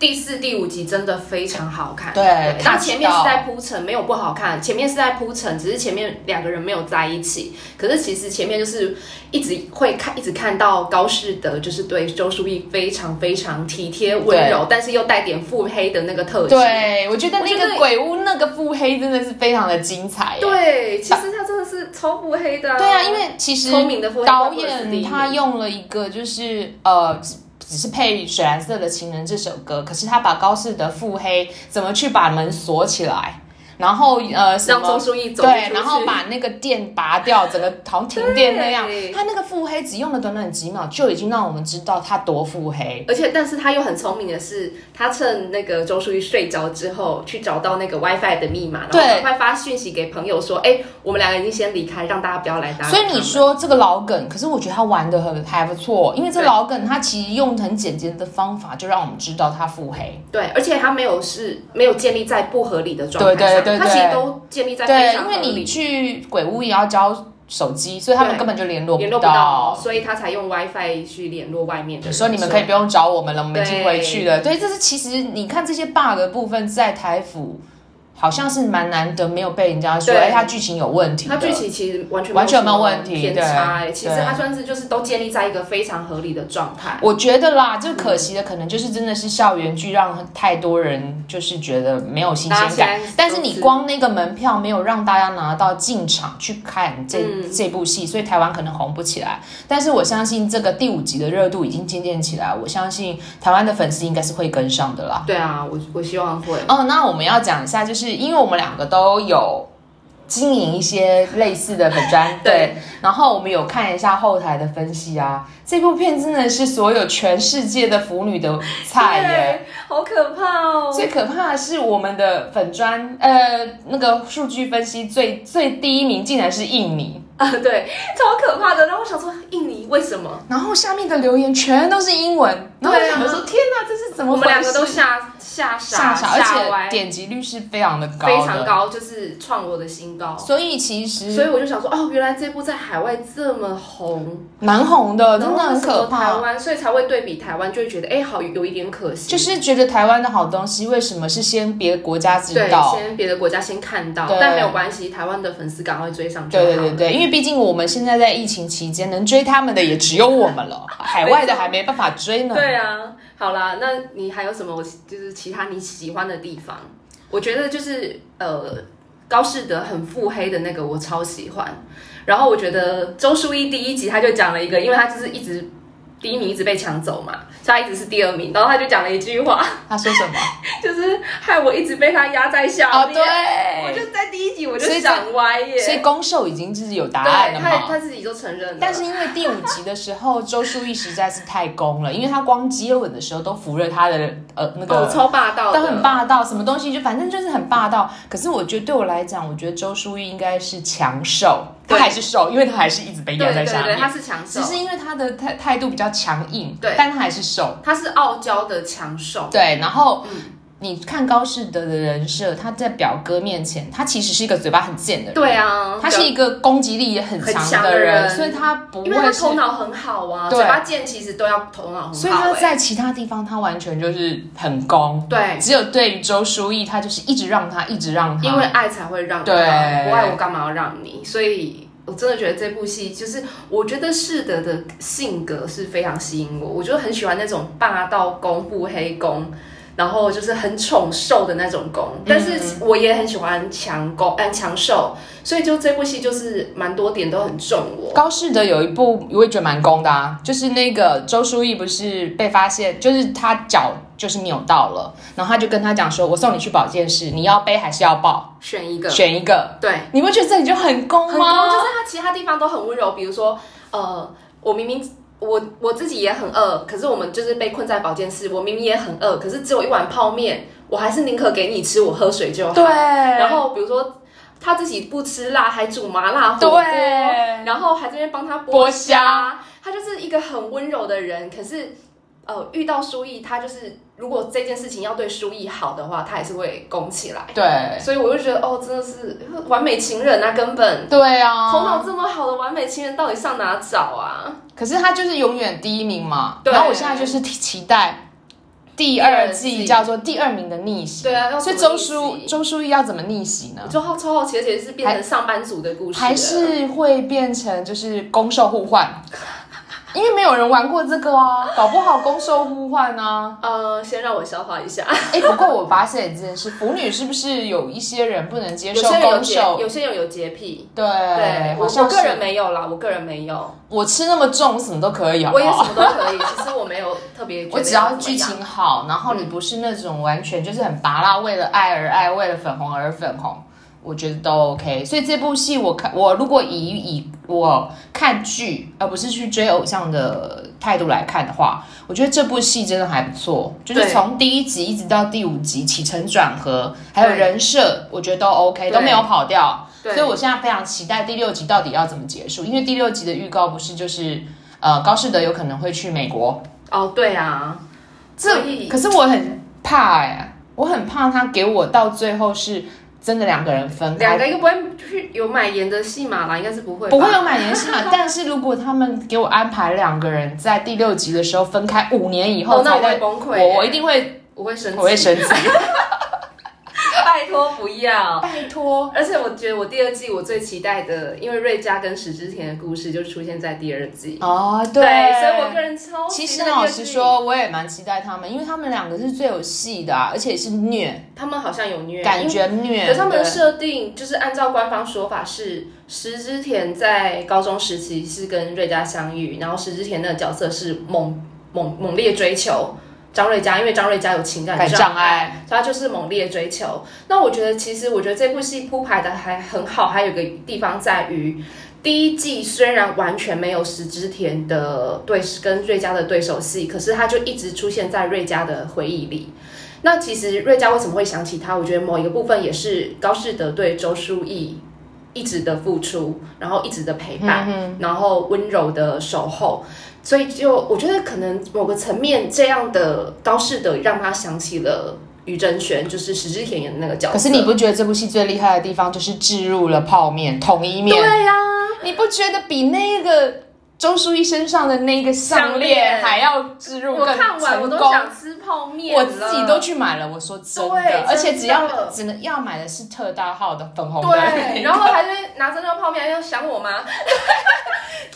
Speaker 2: 第四、第五集真的非常好看，
Speaker 1: 对
Speaker 2: 它
Speaker 1: touch
Speaker 2: 前面是
Speaker 1: 到
Speaker 2: 在铺陈，没有不好看，前面是在铺陈，只是前面两个人没有在一起，可是其实前面就是一直会看，一直看到高士德就是对周淑怡非常非常体贴温柔，但是又带点腹黑的那个特质，
Speaker 1: 对，我觉得
Speaker 2: 我觉
Speaker 1: 那个
Speaker 2: 得
Speaker 1: 鬼屋那个腹黑真的是非常的精彩啊耶。
Speaker 2: 对，其实他真的是超腹黑的啊、
Speaker 1: 对啊，因为其实
Speaker 2: 聪明的腹黑
Speaker 1: 导
Speaker 2: 怪不得是第
Speaker 1: 演
Speaker 2: 一
Speaker 1: 他
Speaker 2: 名
Speaker 1: 用了一个就是呃，只只是配《水蓝色的情人》这首歌，可是他把高适的腹黑怎么去把门锁起来，然后呃什
Speaker 2: 让周
Speaker 1: 么。
Speaker 2: 淑怡走不
Speaker 1: 对，
Speaker 2: 出
Speaker 1: 然后
Speaker 2: 去
Speaker 1: 把那个电拔掉，整个好像停电那样
Speaker 2: 对。
Speaker 1: 他那个腹黑只用了短短几秒，就已经让我们知道他多腹黑。
Speaker 2: 而且，但是他又很聪明的是，他趁那个周淑怡睡着之后，去找到那个 WiFi 的密码，然后
Speaker 1: 对
Speaker 2: 赶快发讯息给朋友说：“哎、我们两个已经先离开，让大家不要来打扰。”
Speaker 1: 所以你，说这个老梗，可是我觉得他玩的很还不错，因为这
Speaker 2: 对
Speaker 1: 老梗他其实用很简洁的方法就让我们知道他腹黑。
Speaker 2: 对，而且他没有是没有建立在不合理的状态
Speaker 1: 对
Speaker 2: 上，
Speaker 1: 对对对
Speaker 2: 他其实都建立在非
Speaker 1: 对，
Speaker 2: 常
Speaker 1: 因为
Speaker 2: 合
Speaker 1: 你
Speaker 2: 理。
Speaker 1: 去鬼屋也要交手机，所以他们
Speaker 2: 对
Speaker 1: 根本就联络
Speaker 2: 联
Speaker 1: 不
Speaker 2: 络不到，
Speaker 1: 到。
Speaker 2: 所以他才用 WiFi 去联络外面的人。
Speaker 1: 所以你们可以不用找我们了，我们已经
Speaker 2: 对
Speaker 1: 回去了。对，这是其实你看这些 bug 的部分在台服好像是蛮难得，没有被人家说
Speaker 2: 对
Speaker 1: 哎它剧情有问题的。
Speaker 2: 他剧情其实完全
Speaker 1: 完全
Speaker 2: 没
Speaker 1: 没
Speaker 2: 有
Speaker 1: 有
Speaker 2: 什么
Speaker 1: 问题
Speaker 2: 偏差、哎，
Speaker 1: 对
Speaker 2: 其实
Speaker 1: 对
Speaker 2: 他算是就是都建立在一个非常合理的状态。
Speaker 1: 我觉得啦，就可惜的可能就是真的是校园剧让太多人就是觉得没有新
Speaker 2: 大
Speaker 1: 鲜
Speaker 2: 家现
Speaker 1: 感
Speaker 2: 在都，
Speaker 1: 但是你
Speaker 2: 是
Speaker 1: 光那个门票没有让大家拿到进场去看这、
Speaker 2: 嗯
Speaker 1: 这部戏，所以台湾可能红不起来。但是我相信这个第五集的热度已经渐渐起来，我相信台湾的粉丝应该是会跟上的啦。
Speaker 2: 对啊，我我希望会。，
Speaker 1: 哦，那我们要讲一下，就是因为我们两个都有经营一些类似的粉专 对，然后我们有看一下后台的分析啊，这部片真的是所有全世界的腐女的菜耶。
Speaker 2: 对， 好可怕哦！
Speaker 1: 最可怕的是我们的粉砖，呃，那个数据分析最最第一名竟然是印尼，
Speaker 2: 啊，对，超可怕的。然后我想说，印尼为什么？
Speaker 1: 然后下面的留言全都是英文，然后我
Speaker 2: 对啊
Speaker 1: 想说天哪，这是怎么
Speaker 2: 我
Speaker 1: 回
Speaker 2: 们
Speaker 1: 事？
Speaker 2: 两个都吓吓
Speaker 1: 吓
Speaker 2: 傻，
Speaker 1: 傻，而
Speaker 2: 歪
Speaker 1: 且，点击率是非常的高的，嗯
Speaker 2: 非常，高，就是创我的新高。
Speaker 1: 所以其实
Speaker 2: 所以我就想说，哦，原来这部在海外这么红，
Speaker 1: 蛮红的，呃真的
Speaker 2: 然后
Speaker 1: 很
Speaker 2: 那时
Speaker 1: 可
Speaker 2: 候台
Speaker 1: 怕。
Speaker 2: 湾，所以才会对比台湾，就会觉得，哎，好有一点可惜。
Speaker 1: 就是觉得台湾的好东西，为什么是先别的国家知
Speaker 2: 对，
Speaker 1: 道？
Speaker 2: 先别的国家先看到，
Speaker 1: 对
Speaker 2: 但没有关系，台湾的粉丝赶快追上就好
Speaker 1: 对
Speaker 2: 了。
Speaker 1: 对对对，因为毕竟我们现在在疫情期间，能追他们的也只有我们 了，海外的还没办法追呢。
Speaker 2: 对啊，好啦，那你还有什么就是其他你喜欢的地方？我觉得就是呃，高士德很腹黑的那个我超喜欢。然后我觉得周淑一第一集他就讲了一个，因为他就是一直第一名一直被抢走嘛，所以他一直是第二名。然后他就讲了一句话，
Speaker 1: 他说什么？
Speaker 2: 就是害我一直被他压在下
Speaker 1: 哦，
Speaker 2: 面。我
Speaker 1: 对，
Speaker 2: 就在第一集我就
Speaker 1: 所以这
Speaker 2: 想歪耶。
Speaker 1: 所以攻受已经就是有答案
Speaker 2: 对
Speaker 1: 了
Speaker 2: 他
Speaker 1: 嘛。
Speaker 2: 他自己就承认了，
Speaker 1: 但是因为第五集的时候，周淑怡实在是太攻了，因为她光接吻的时候都扶了她的呃那个
Speaker 2: 哦超霸道的，
Speaker 1: 都很霸道，什么东西就反正就是很霸道。可是我觉得对我来讲，我觉得周淑怡应该是强瘦，她
Speaker 2: 对
Speaker 1: 还是瘦，因为她还是一直被
Speaker 2: 对
Speaker 1: 压
Speaker 2: 对
Speaker 1: 在下
Speaker 2: 对，
Speaker 1: 面。
Speaker 2: 他是强手
Speaker 1: 只，是因为她的态态度比较强硬，
Speaker 2: 对
Speaker 1: 但她还是瘦。
Speaker 2: 他是傲娇的强手。嗯
Speaker 1: 对，然后、你看高士德的人设，他在表哥面前，他其实是一个嘴巴很贱的人，
Speaker 2: 对啊，
Speaker 1: 他是一个攻击力也很
Speaker 2: 很
Speaker 1: 强
Speaker 2: 强
Speaker 1: 的
Speaker 2: 的
Speaker 1: 人，
Speaker 2: 人
Speaker 1: 所以他不
Speaker 2: 啊因为他
Speaker 1: 会是
Speaker 2: 头脑很好啊，
Speaker 1: 对
Speaker 2: 嘴巴贱其实都要头脑很好、欸，
Speaker 1: 所以他在其他地方他完全就是很攻，
Speaker 2: 对，
Speaker 1: 只有对于周书义，他就是一直让他，一直让他，
Speaker 2: 因为爱才会让他，
Speaker 1: 对
Speaker 2: 不爱我干嘛要让你？所以我真的觉得这部戏就是，我觉得世德的性格是非常吸引我，我就很喜欢那种霸道公、腹黑公。然后就是很宠瘦的那种
Speaker 1: 嗯
Speaker 2: 公，但是我也很喜欢强攻，嗯、强瘦，所以就这部戏就是蛮多点都很重我。
Speaker 1: 高士德有一部我也觉得蛮攻的啊，就是那个周书义不是被发现，就是他脚就是扭到了，然后他就跟他讲说，我送你去保健室，你要背还是要抱，
Speaker 2: 选一个，
Speaker 1: 选一个。
Speaker 2: 对，
Speaker 1: 你不觉得这里就很攻
Speaker 2: 很高，
Speaker 1: 吗？
Speaker 2: 就是他其他地方都很温柔，比如说，呃，我明明我我自己也很饿，可是我们就是被困在保健室，我明明也很饿，可是只有一碗泡面，我还是宁可给你吃，我喝水就好。
Speaker 1: 对，
Speaker 2: 啊然
Speaker 1: 然
Speaker 2: 后比如说他自己不吃辣，还煮麻辣火锅，
Speaker 1: 对，
Speaker 2: 然后还这边帮他
Speaker 1: 剥
Speaker 2: 剥
Speaker 1: 虾
Speaker 2: 虾，他就是一个很温柔的人，可是。呃，遇到书意，他就是如果这件事情要对书意好的话，他也是会拱起来。
Speaker 1: 对
Speaker 2: 所以我就觉得，哦，真的是完美情人啊，根本。
Speaker 1: 对啊，
Speaker 2: 头脑这么好的完美情人到底上哪找啊？
Speaker 1: 可是他就是永远第一名嘛。
Speaker 2: 对
Speaker 1: 然后我现在就是期待第二季
Speaker 2: 第二季
Speaker 1: 叫做第二名的逆袭。
Speaker 2: 对啊，要
Speaker 1: 所以
Speaker 2: 怎
Speaker 1: 周
Speaker 2: 么逆袭
Speaker 1: 书周书义要怎么逆袭呢
Speaker 2: 我？就好超好奇，而且是变成上班族的故事了，
Speaker 1: 还是会变成就是攻受互 换？因为没有人玩过这个啊，搞不好攻受互换 啊。
Speaker 2: 呃，先让我消化一下。
Speaker 1: 哎、不过我发现一件事，腐女是不是有一些人不能接
Speaker 2: 有
Speaker 1: 受
Speaker 2: 些人有
Speaker 1: 攻
Speaker 2: 洁，
Speaker 1: 受？
Speaker 2: 有些人有洁癖。
Speaker 1: 对，
Speaker 2: 对，我
Speaker 1: 好
Speaker 2: 我
Speaker 1: 像
Speaker 2: 个
Speaker 1: 是
Speaker 2: 人没有啦，我个人没有，
Speaker 1: 我吃那么重，什么都可以好不
Speaker 2: 我也
Speaker 1: 好
Speaker 2: 什么都可以。 其实我没有特别觉得
Speaker 1: 我
Speaker 2: 怎么样，
Speaker 1: 只要剧情好，然后你不是那种完全就是很拔辣，为了爱而爱，为了粉红而粉红，我觉得都 OK。所以这部戏我看，我如果以以我看剧而不是去追偶像的态度来看的话，我觉得这部戏真的还不错，就是
Speaker 2: 对
Speaker 1: 从第一集一直到第五集起承转合，还有
Speaker 2: 对
Speaker 1: 人设，我觉得都 OK，
Speaker 2: 对
Speaker 1: 都没有跑掉。
Speaker 2: 对，
Speaker 1: 所以我现在非常期待第六集到底要怎么结束，因为第六集的预告不是就是呃高士德有可能会去美国。
Speaker 2: 哦，对啊，所
Speaker 1: 这
Speaker 2: 以
Speaker 1: 可是我很怕哎、我很怕他给我到最后是真的两个人分开，
Speaker 2: 两个应该不会去有买盐的戏码啦，应该是不会吧，
Speaker 1: 不会啊有买年戏 嘛？但是如果他们给我安排两个人在第六集的时候分开五年以后
Speaker 2: 哦，那
Speaker 1: 才
Speaker 2: 我会
Speaker 1: 会，
Speaker 2: 崩溃欸，
Speaker 1: 我我一定会
Speaker 2: 我会生气，
Speaker 1: 我会生气，
Speaker 2: 拜托不要。
Speaker 1: 拜托。
Speaker 2: 而且我觉得我第二季我最期待的，因为瑞佳跟石之田的故事就出现在第二季。
Speaker 1: 哦，
Speaker 2: 所以我个人超
Speaker 1: 其
Speaker 2: 期
Speaker 1: 实
Speaker 2: 待第二
Speaker 1: 老
Speaker 2: 季
Speaker 1: 实，说，我也蛮期待他们，因为他们两个是最有戏的、啊，而且是虐，
Speaker 2: 他们好像有虐
Speaker 1: 感。
Speaker 2: 因为
Speaker 1: 觉虐。
Speaker 2: 可是他们的
Speaker 1: 对
Speaker 2: 设定就是按照官方说法是石之田在高中时期是跟瑞佳相遇，然后石之田的角色是猛猛猛烈追求张瑞佳，因为张瑞佳有情感
Speaker 1: 感
Speaker 2: 障
Speaker 1: 障
Speaker 2: 碍，
Speaker 1: 碍，
Speaker 2: 所以他就是猛烈追求。那我觉得，其实我觉得这部戏铺排的还很好，还有一个地方在于，第一季虽然完全没有石之田的对跟瑞佳的对手戏，可是他就一直出现在瑞佳的回忆里。那其实瑞佳为什么会想起他？我觉得某一个部分也是高士德对周书义一直的付出，然后一直的陪
Speaker 1: 嗯
Speaker 2: 伴，然后温柔的守候。所以就我觉得可能某个层面这样的高士德让他想起了于真轩，就是石之田演的那个角色。
Speaker 1: 可是你不觉得这部戏最厉害的地方就是置入了泡面、统一面？
Speaker 2: 对呀、
Speaker 1: 你不觉得比那个周书逸身上的那个项
Speaker 2: 项链
Speaker 1: 还要置入
Speaker 2: 我
Speaker 1: 更
Speaker 2: 看完我
Speaker 1: 成
Speaker 2: 都
Speaker 1: 功？
Speaker 2: 想吃泡面了，
Speaker 1: 我自己都去买了，我说真
Speaker 2: 对真
Speaker 1: 的，
Speaker 2: 的
Speaker 1: 而且只要只能要买的是特大号的粉红的那
Speaker 2: 对，
Speaker 1: 个，
Speaker 2: 然后还在拿着那个泡面要想我吗？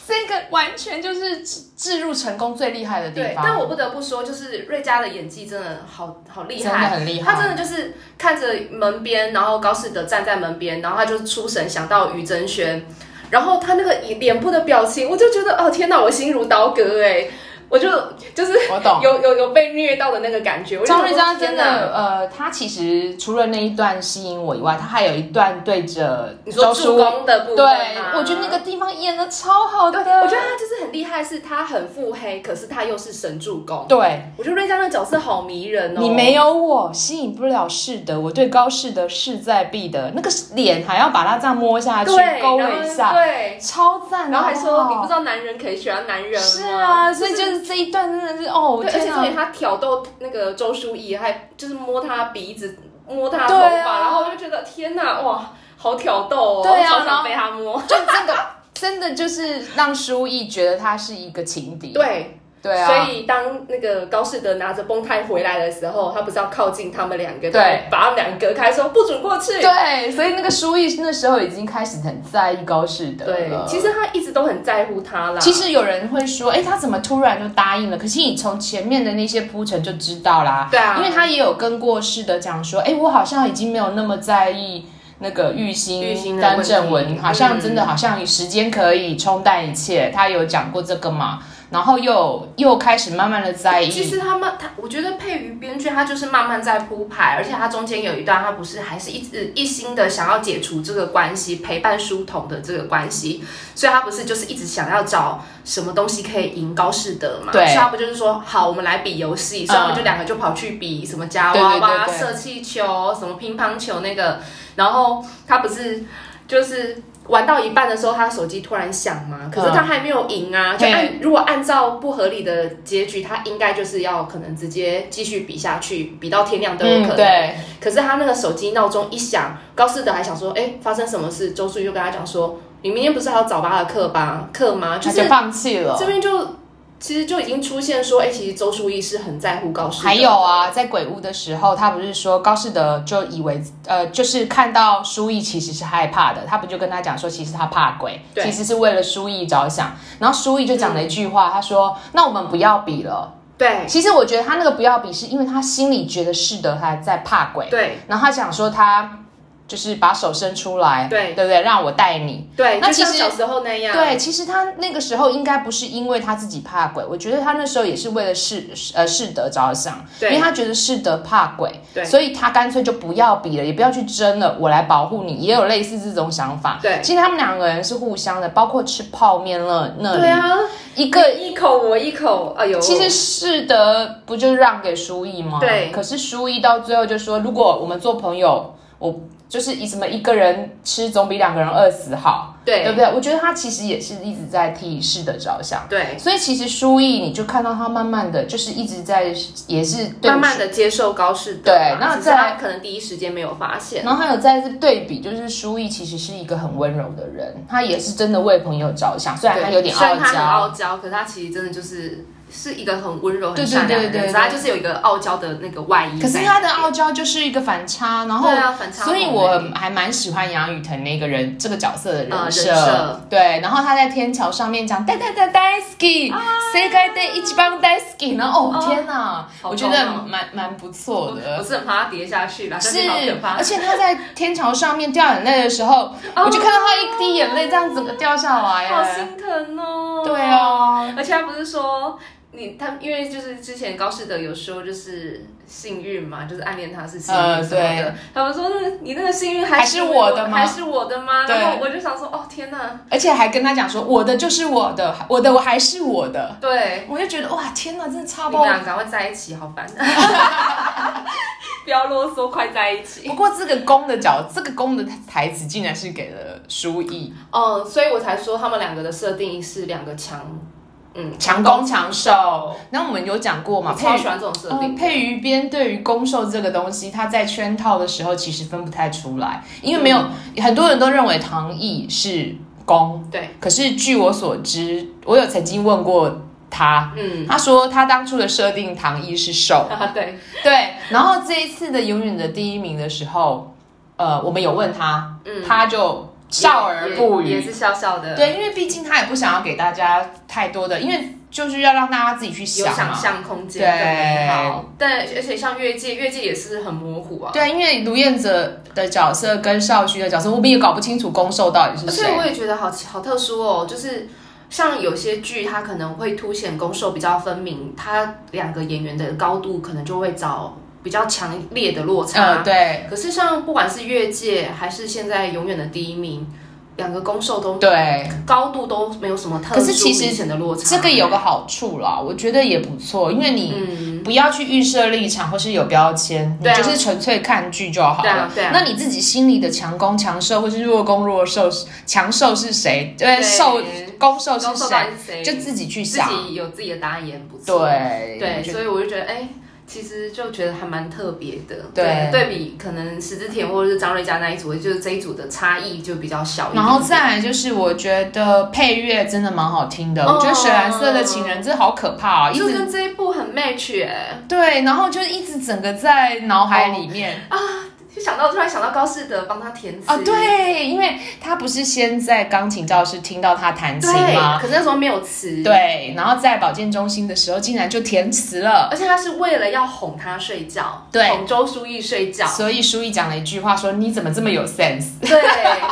Speaker 1: 这个完全就是置置入成功最厉害的地
Speaker 2: 对，
Speaker 1: 方，
Speaker 2: 但我不得不说，就是瑞佳的演技真的好好厉
Speaker 1: 真的
Speaker 2: 害。
Speaker 1: 很厉害。
Speaker 2: 他真的就是看着门边，然后高士德站在门边，然后他就出神想到于真轩，然后他那个脸部的表情，我就觉得哦天哪，我心如刀割哎、我就 就是
Speaker 1: 我懂。
Speaker 2: 有有有被虐到的那个感觉。我就哦
Speaker 1: 张
Speaker 2: 想
Speaker 1: 瑞
Speaker 2: 说
Speaker 1: 佳真
Speaker 2: 天哪
Speaker 1: 的，呃，他其实除了那一段吸引我以外，他还有一段对着
Speaker 2: 你说
Speaker 1: 周
Speaker 2: 助
Speaker 1: 书逸，
Speaker 2: 攻的部分啊
Speaker 1: 对
Speaker 2: 吗
Speaker 1: 我觉得那个地方演的超好的，
Speaker 2: 哦对，我觉得他就是很厉害，是他很腹黑，可是他又是神助攻。
Speaker 1: 对，
Speaker 2: 我觉得瑞佳那个角色好迷人哦。
Speaker 1: 你没有我吸引不了士德，我对高士德势在必得。那个脸还要把它这样摸下去，
Speaker 2: 对，
Speaker 1: 勾
Speaker 2: 然
Speaker 1: 了
Speaker 2: 后
Speaker 1: 一下，
Speaker 2: 对，哦
Speaker 1: 超赞的。
Speaker 2: 然后还说
Speaker 1: 好
Speaker 2: 你
Speaker 1: 好
Speaker 2: 不知道男人可以喜欢男人吗
Speaker 1: 是啊，所以
Speaker 2: 就
Speaker 1: 就是是这一段真的是哦，
Speaker 2: 对，而且
Speaker 1: 天
Speaker 2: 重点
Speaker 1: 啊！
Speaker 2: 他挑逗那个周淑怡，还就是摸她鼻子、摸她头
Speaker 1: 对
Speaker 2: 发，
Speaker 1: 啊
Speaker 2: 然后我就觉得天哪，哇，好挑逗哦，
Speaker 1: 对啊
Speaker 2: 好
Speaker 1: 然后
Speaker 2: 想被他摸。
Speaker 1: 就真的真的就是让舒毅觉得他是一个情敌，
Speaker 2: 对，
Speaker 1: 对啊，
Speaker 2: 所以当那个高士德拿着绷带回来的时候，他不是要靠近他们两个，
Speaker 1: 对，
Speaker 2: 把他们两个隔开，说不准过去。
Speaker 1: 对，所以那个舒毅那时候已经开始很在意高士德
Speaker 2: 对
Speaker 1: 了。
Speaker 2: 其实他一直都很在乎他啦。
Speaker 1: 其实有人会说，哎，他怎么突然就答应了？可是你从前面的那些铺陈就知道啦，
Speaker 2: 对啊
Speaker 1: 因为他也有跟过世的讲说，哎，我好像已经没有那么在意那个玉兴
Speaker 2: 玉兴的
Speaker 1: 单正
Speaker 2: 问题
Speaker 1: 文，好像
Speaker 2: 嗯
Speaker 1: 真的好像时间可以冲淡一切，他有讲过这个嘛，然后又又开始慢慢的在意，
Speaker 2: 哎其实他们，他我觉得配瑜编剧他就是慢慢在铺排，而且他中间有一段他不是还是一直一心的想要解除这个关系，陪伴书童的这个关系，所以他不是就是一直想要找什么东西可以赢高士德嘛？
Speaker 1: 对
Speaker 2: 所以他不就是说好，我们来比游戏，所以他们
Speaker 1: 嗯
Speaker 2: 就两个就跑去比什么夹娃娃、
Speaker 1: 对对对对
Speaker 2: 射气球、什么乒乓球那个，然后他不是就是。玩到一半的时候，他手机突然响嘛，可是
Speaker 1: 嗯
Speaker 2: 他还没有赢啊，就按
Speaker 1: 嘿
Speaker 2: 如果按照不合理的结局，他应该就是要可能直接继续比下去，比到天亮都有
Speaker 1: 嗯
Speaker 2: 可能。
Speaker 1: 对，
Speaker 2: 可是他那个手机闹钟一响，高士德还想说，哎、发生什么事？周淑怡就跟他讲说，你明天不是还有早八的课吧？课吗？就
Speaker 1: 他
Speaker 2: 是
Speaker 1: 就放弃了
Speaker 2: 这。边就其实就已经出现说，哎、其实周淑怡是很在乎高士德。
Speaker 1: 还有，啊，在鬼屋的时候，他不是说高士德就以为呃，就是看到舒毅其实是害怕的，他不就跟他讲说，其实他怕鬼，
Speaker 2: 对
Speaker 1: 其实是为了舒毅着想。然后舒毅就讲了一句话，他说：“那我们不要比了。
Speaker 2: 对”
Speaker 1: 其实我觉得他那个不要比，是因为他心里觉得士德还在怕鬼，
Speaker 2: 对
Speaker 1: 然后他想说他就是把手伸出来，
Speaker 2: 对
Speaker 1: 对不对？让我带你。
Speaker 2: 对，
Speaker 1: 那
Speaker 2: 就像
Speaker 1: 其实
Speaker 2: 小时候那样，
Speaker 1: 对，其实他那个时候应该不是因为他自己怕鬼，我觉得他那时候也是为了世呃世德着想，因
Speaker 2: 对
Speaker 1: 为他觉得世德怕鬼，
Speaker 2: 对
Speaker 1: 所以他干脆就不要比了，也不要去争了，我来保护你，也有类似这种想法。
Speaker 2: 对
Speaker 1: 其实他们两个人是互相的，包括吃泡面了那里，
Speaker 2: 对啊，
Speaker 1: 一个。
Speaker 2: 你一口我一口，哎呦，
Speaker 1: 其实世德不就让给舒毅吗？
Speaker 2: 对
Speaker 1: 可是舒毅到最后就说，如果我们做朋友，我就是以什么一个人吃总比两个人饿死好。
Speaker 2: 对
Speaker 1: 对不对？我觉得他其实也是一直在替世的着想，
Speaker 2: 对，
Speaker 1: 所以其实舒毅你就看到他慢慢的就是一直在也是对
Speaker 2: 慢慢的接受高士德
Speaker 1: 对
Speaker 2: 嘛，
Speaker 1: 那
Speaker 2: 只是
Speaker 1: 再来
Speaker 2: 他可能第一时间没有发现，
Speaker 1: 然后还有再次对比，就是舒毅其实是一个很温柔的人，他也是真的为朋友着想，虽然他
Speaker 2: 对
Speaker 1: 有点
Speaker 2: 虽
Speaker 1: 傲
Speaker 2: 然他很傲
Speaker 1: 娇，
Speaker 2: 娇，可是他其实真的就是是一个很温柔、
Speaker 1: 对
Speaker 2: 很
Speaker 1: 对
Speaker 2: 善良的
Speaker 1: 对对
Speaker 2: 人，
Speaker 1: 对
Speaker 2: 只是他就是有一个傲娇的那个外衣
Speaker 1: 可
Speaker 2: 在里
Speaker 1: 是
Speaker 2: 面。
Speaker 1: 他的傲娇就是一个反差，然后
Speaker 2: 对啊，反差
Speaker 1: 所以
Speaker 2: 萌
Speaker 1: 我
Speaker 2: 欸
Speaker 1: 还蛮喜欢杨雨腾那个人这个角色的人
Speaker 2: 呃
Speaker 1: 设，
Speaker 2: 人设
Speaker 1: 对。然后他在天桥上面讲“哒哒哒 daisky”，谁
Speaker 2: 啊
Speaker 1: 该对一起帮 daisky 呢？哦，天哪，
Speaker 2: 好
Speaker 1: 我觉
Speaker 2: 高
Speaker 1: 得
Speaker 2: 哦
Speaker 1: 蛮蛮不错的。
Speaker 2: 我是很怕他跌下去啦，但
Speaker 1: 是
Speaker 2: 好可，怕哦
Speaker 1: 而。且他在天桥上面掉眼泪的时候，我就看到他一滴眼泪这样子掉下来，
Speaker 2: 好
Speaker 1: 哎
Speaker 2: 心疼哦。
Speaker 1: 对，啊，
Speaker 2: 啊而且他不是说你他，因为就是之前高士德有说就是幸运嘛，就是暗恋他是幸运
Speaker 1: 呃
Speaker 2: 什么的。
Speaker 1: 对
Speaker 2: 他们说那个你那个幸运
Speaker 1: 还是
Speaker 2: 是
Speaker 1: 我的吗
Speaker 2: 还是我的吗？
Speaker 1: 对
Speaker 2: 然后我就想说，哦天哪，
Speaker 1: 而且还跟他讲说我的就是我的，我的我还是我的，
Speaker 2: 对，
Speaker 1: 我就觉得哇，天哪，真的差
Speaker 2: 你们
Speaker 1: 爆。
Speaker 2: 俩赶快在一起，好烦。 不要啰嗦，快在一起
Speaker 1: 不过这个公的角，这个公的台词竟然是给了舒毅，
Speaker 2: 哦！所以我才说他们两个的设定是两个强，嗯，
Speaker 1: 强攻强受。然后我们有讲过嘛，
Speaker 2: 我哦超
Speaker 1: 配
Speaker 2: 喜欢这种设
Speaker 1: 呃
Speaker 2: 定。
Speaker 1: 配鱼边对于攻受这个东西，他在圈套的时候其实分不太出来，因为没有、很多人都认为唐毅是攻，
Speaker 2: 对，
Speaker 1: 可是据我所知，我有曾经问过他，
Speaker 2: 嗯，
Speaker 1: 他说他当初的设定唐毅是受，
Speaker 2: 啊 对，
Speaker 1: 对，然后这一次的永远的第一名的时候，呃，我们有问他，
Speaker 2: 嗯
Speaker 1: 他就笑而不
Speaker 2: 也也
Speaker 1: 语，
Speaker 2: 是笑笑的，，
Speaker 1: 对，因为毕竟他也不想要给大家太多的，因为就是要让大家自己去
Speaker 2: 有
Speaker 1: 想
Speaker 2: 想
Speaker 1: 嘛。
Speaker 2: 象空间，
Speaker 1: 对
Speaker 2: 对，好。但而且像越界，越界也是很模糊啊。
Speaker 1: 对，因为卢燕哲的角色跟少勋的角色，我们也搞不清楚攻受到底是
Speaker 2: 而且
Speaker 1: 谁
Speaker 2: 我。也觉得好奇好特殊哦，就是像有些剧，它可能会凸显攻受比较分明，它两个演员的高度可能就会找比较强烈的落差。
Speaker 1: 呃，对
Speaker 2: 可是像不管是越界还是现在永远的第一名，两个攻受都
Speaker 1: 对，
Speaker 2: 高度都没有什么特
Speaker 1: 可
Speaker 2: 殊
Speaker 1: 是其实
Speaker 2: 明显的落差。
Speaker 1: 这个有个好处啦，我觉得也不错，因为你
Speaker 2: 嗯
Speaker 1: 不要去预设立场或是有标签，你
Speaker 2: 对啊
Speaker 1: 就是纯粹看剧就好了。
Speaker 2: 对啊对啊
Speaker 1: 那你自己心里的强攻强受或是弱攻弱受，强受是谁？对，
Speaker 2: 对
Speaker 1: 受攻受
Speaker 2: 高
Speaker 1: 是
Speaker 2: 手
Speaker 1: 谁？
Speaker 2: 到底是谁？
Speaker 1: 就自己去
Speaker 2: 自
Speaker 1: 想。
Speaker 2: 己有自己的答案也很不错。
Speaker 1: 对
Speaker 2: 对，
Speaker 1: 就
Speaker 2: 所以我就觉得，哎、其实就觉得还蛮特别的。
Speaker 1: 对
Speaker 2: 对比可能石之田或者是张瑞佳那一组，就是这一组的差异就比较小一
Speaker 1: 然
Speaker 2: 点。
Speaker 1: 后再来就是，我觉得配乐真的蛮好听的。
Speaker 2: 哦
Speaker 1: 我觉得《水蓝色的情人》真的好可怕啊、一
Speaker 2: 就
Speaker 1: 直
Speaker 2: 跟这一部很 match 哎、
Speaker 1: 对，然后就一直整个在脑海里面。
Speaker 2: 就想到突然想到高士德帮他填词
Speaker 1: 啊，对，因为他不是先在钢琴教室听到他弹琴
Speaker 2: 对，
Speaker 1: 吗？
Speaker 2: 可是那时候没有词，，
Speaker 1: 对，然后在保健中心的时候，竟然就填词了。
Speaker 2: 而且他是为了要哄他睡觉，
Speaker 1: 对
Speaker 2: 哄周书逸睡 觉，
Speaker 1: 所以书逸讲了一句话说：“你怎么这么有 sense？”
Speaker 2: 对，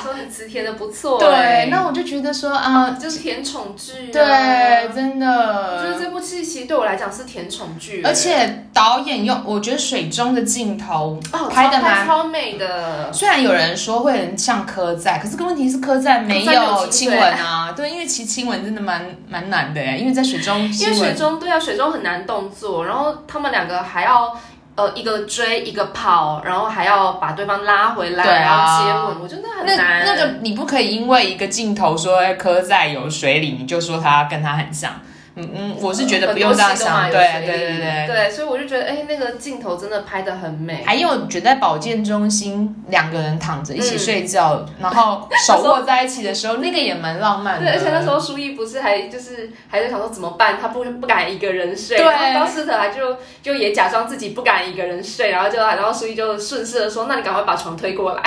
Speaker 2: 说你词填的不错、哎
Speaker 1: 对，那我就觉得说啊，
Speaker 2: 就是甜宠剧、啊，
Speaker 1: 对，真
Speaker 2: 我觉得
Speaker 1: 的，
Speaker 2: 这部戏其实对我来讲是甜宠剧，
Speaker 1: 而且导演用我觉得水中的镜头
Speaker 2: 哦，
Speaker 1: 拍
Speaker 2: 的
Speaker 1: 的蛮
Speaker 2: 超美的，
Speaker 1: 虽然有人说会很像柯在，可是个问题是柯在没
Speaker 2: 柯在没有
Speaker 1: 有
Speaker 2: 亲
Speaker 1: 亲
Speaker 2: 吻
Speaker 1: 吻啊，对，因为其实亲吻真的蛮蛮难的耶，因为在水中
Speaker 2: 因
Speaker 1: 亲
Speaker 2: 为水
Speaker 1: 吻，
Speaker 2: 中对啊，水中很难动作，然后他们两个还要。呃，一个追，一个跑，然后还要把对方拉回来，
Speaker 1: 对啊
Speaker 2: 然后接吻，我觉得那很
Speaker 1: 那
Speaker 2: 难。
Speaker 1: 那个你不可以因为一个镜头说哎柯在有水里，你就说他跟他很像，嗯嗯，我是觉得不用这样想，
Speaker 2: 很多戏都
Speaker 1: 对
Speaker 2: 嘛
Speaker 1: 对
Speaker 2: 有
Speaker 1: 对
Speaker 2: 水
Speaker 1: 对对。
Speaker 2: 影对，所以我就觉得，哎，那个镜头真的拍的很美。
Speaker 1: 还有，觉得在保健中心两个人躺着一
Speaker 2: 嗯
Speaker 1: 起睡觉，然后 手握在一起的时候，那个也蛮浪漫的。
Speaker 2: 对，而且那时候舒逸不是还就是还在想说怎么办，他不不敢一个人睡，
Speaker 1: 对
Speaker 2: 然后高斯特还就就也假装自己不敢一个人睡，然后就然后舒逸就顺势的说，那你赶快把床推过来。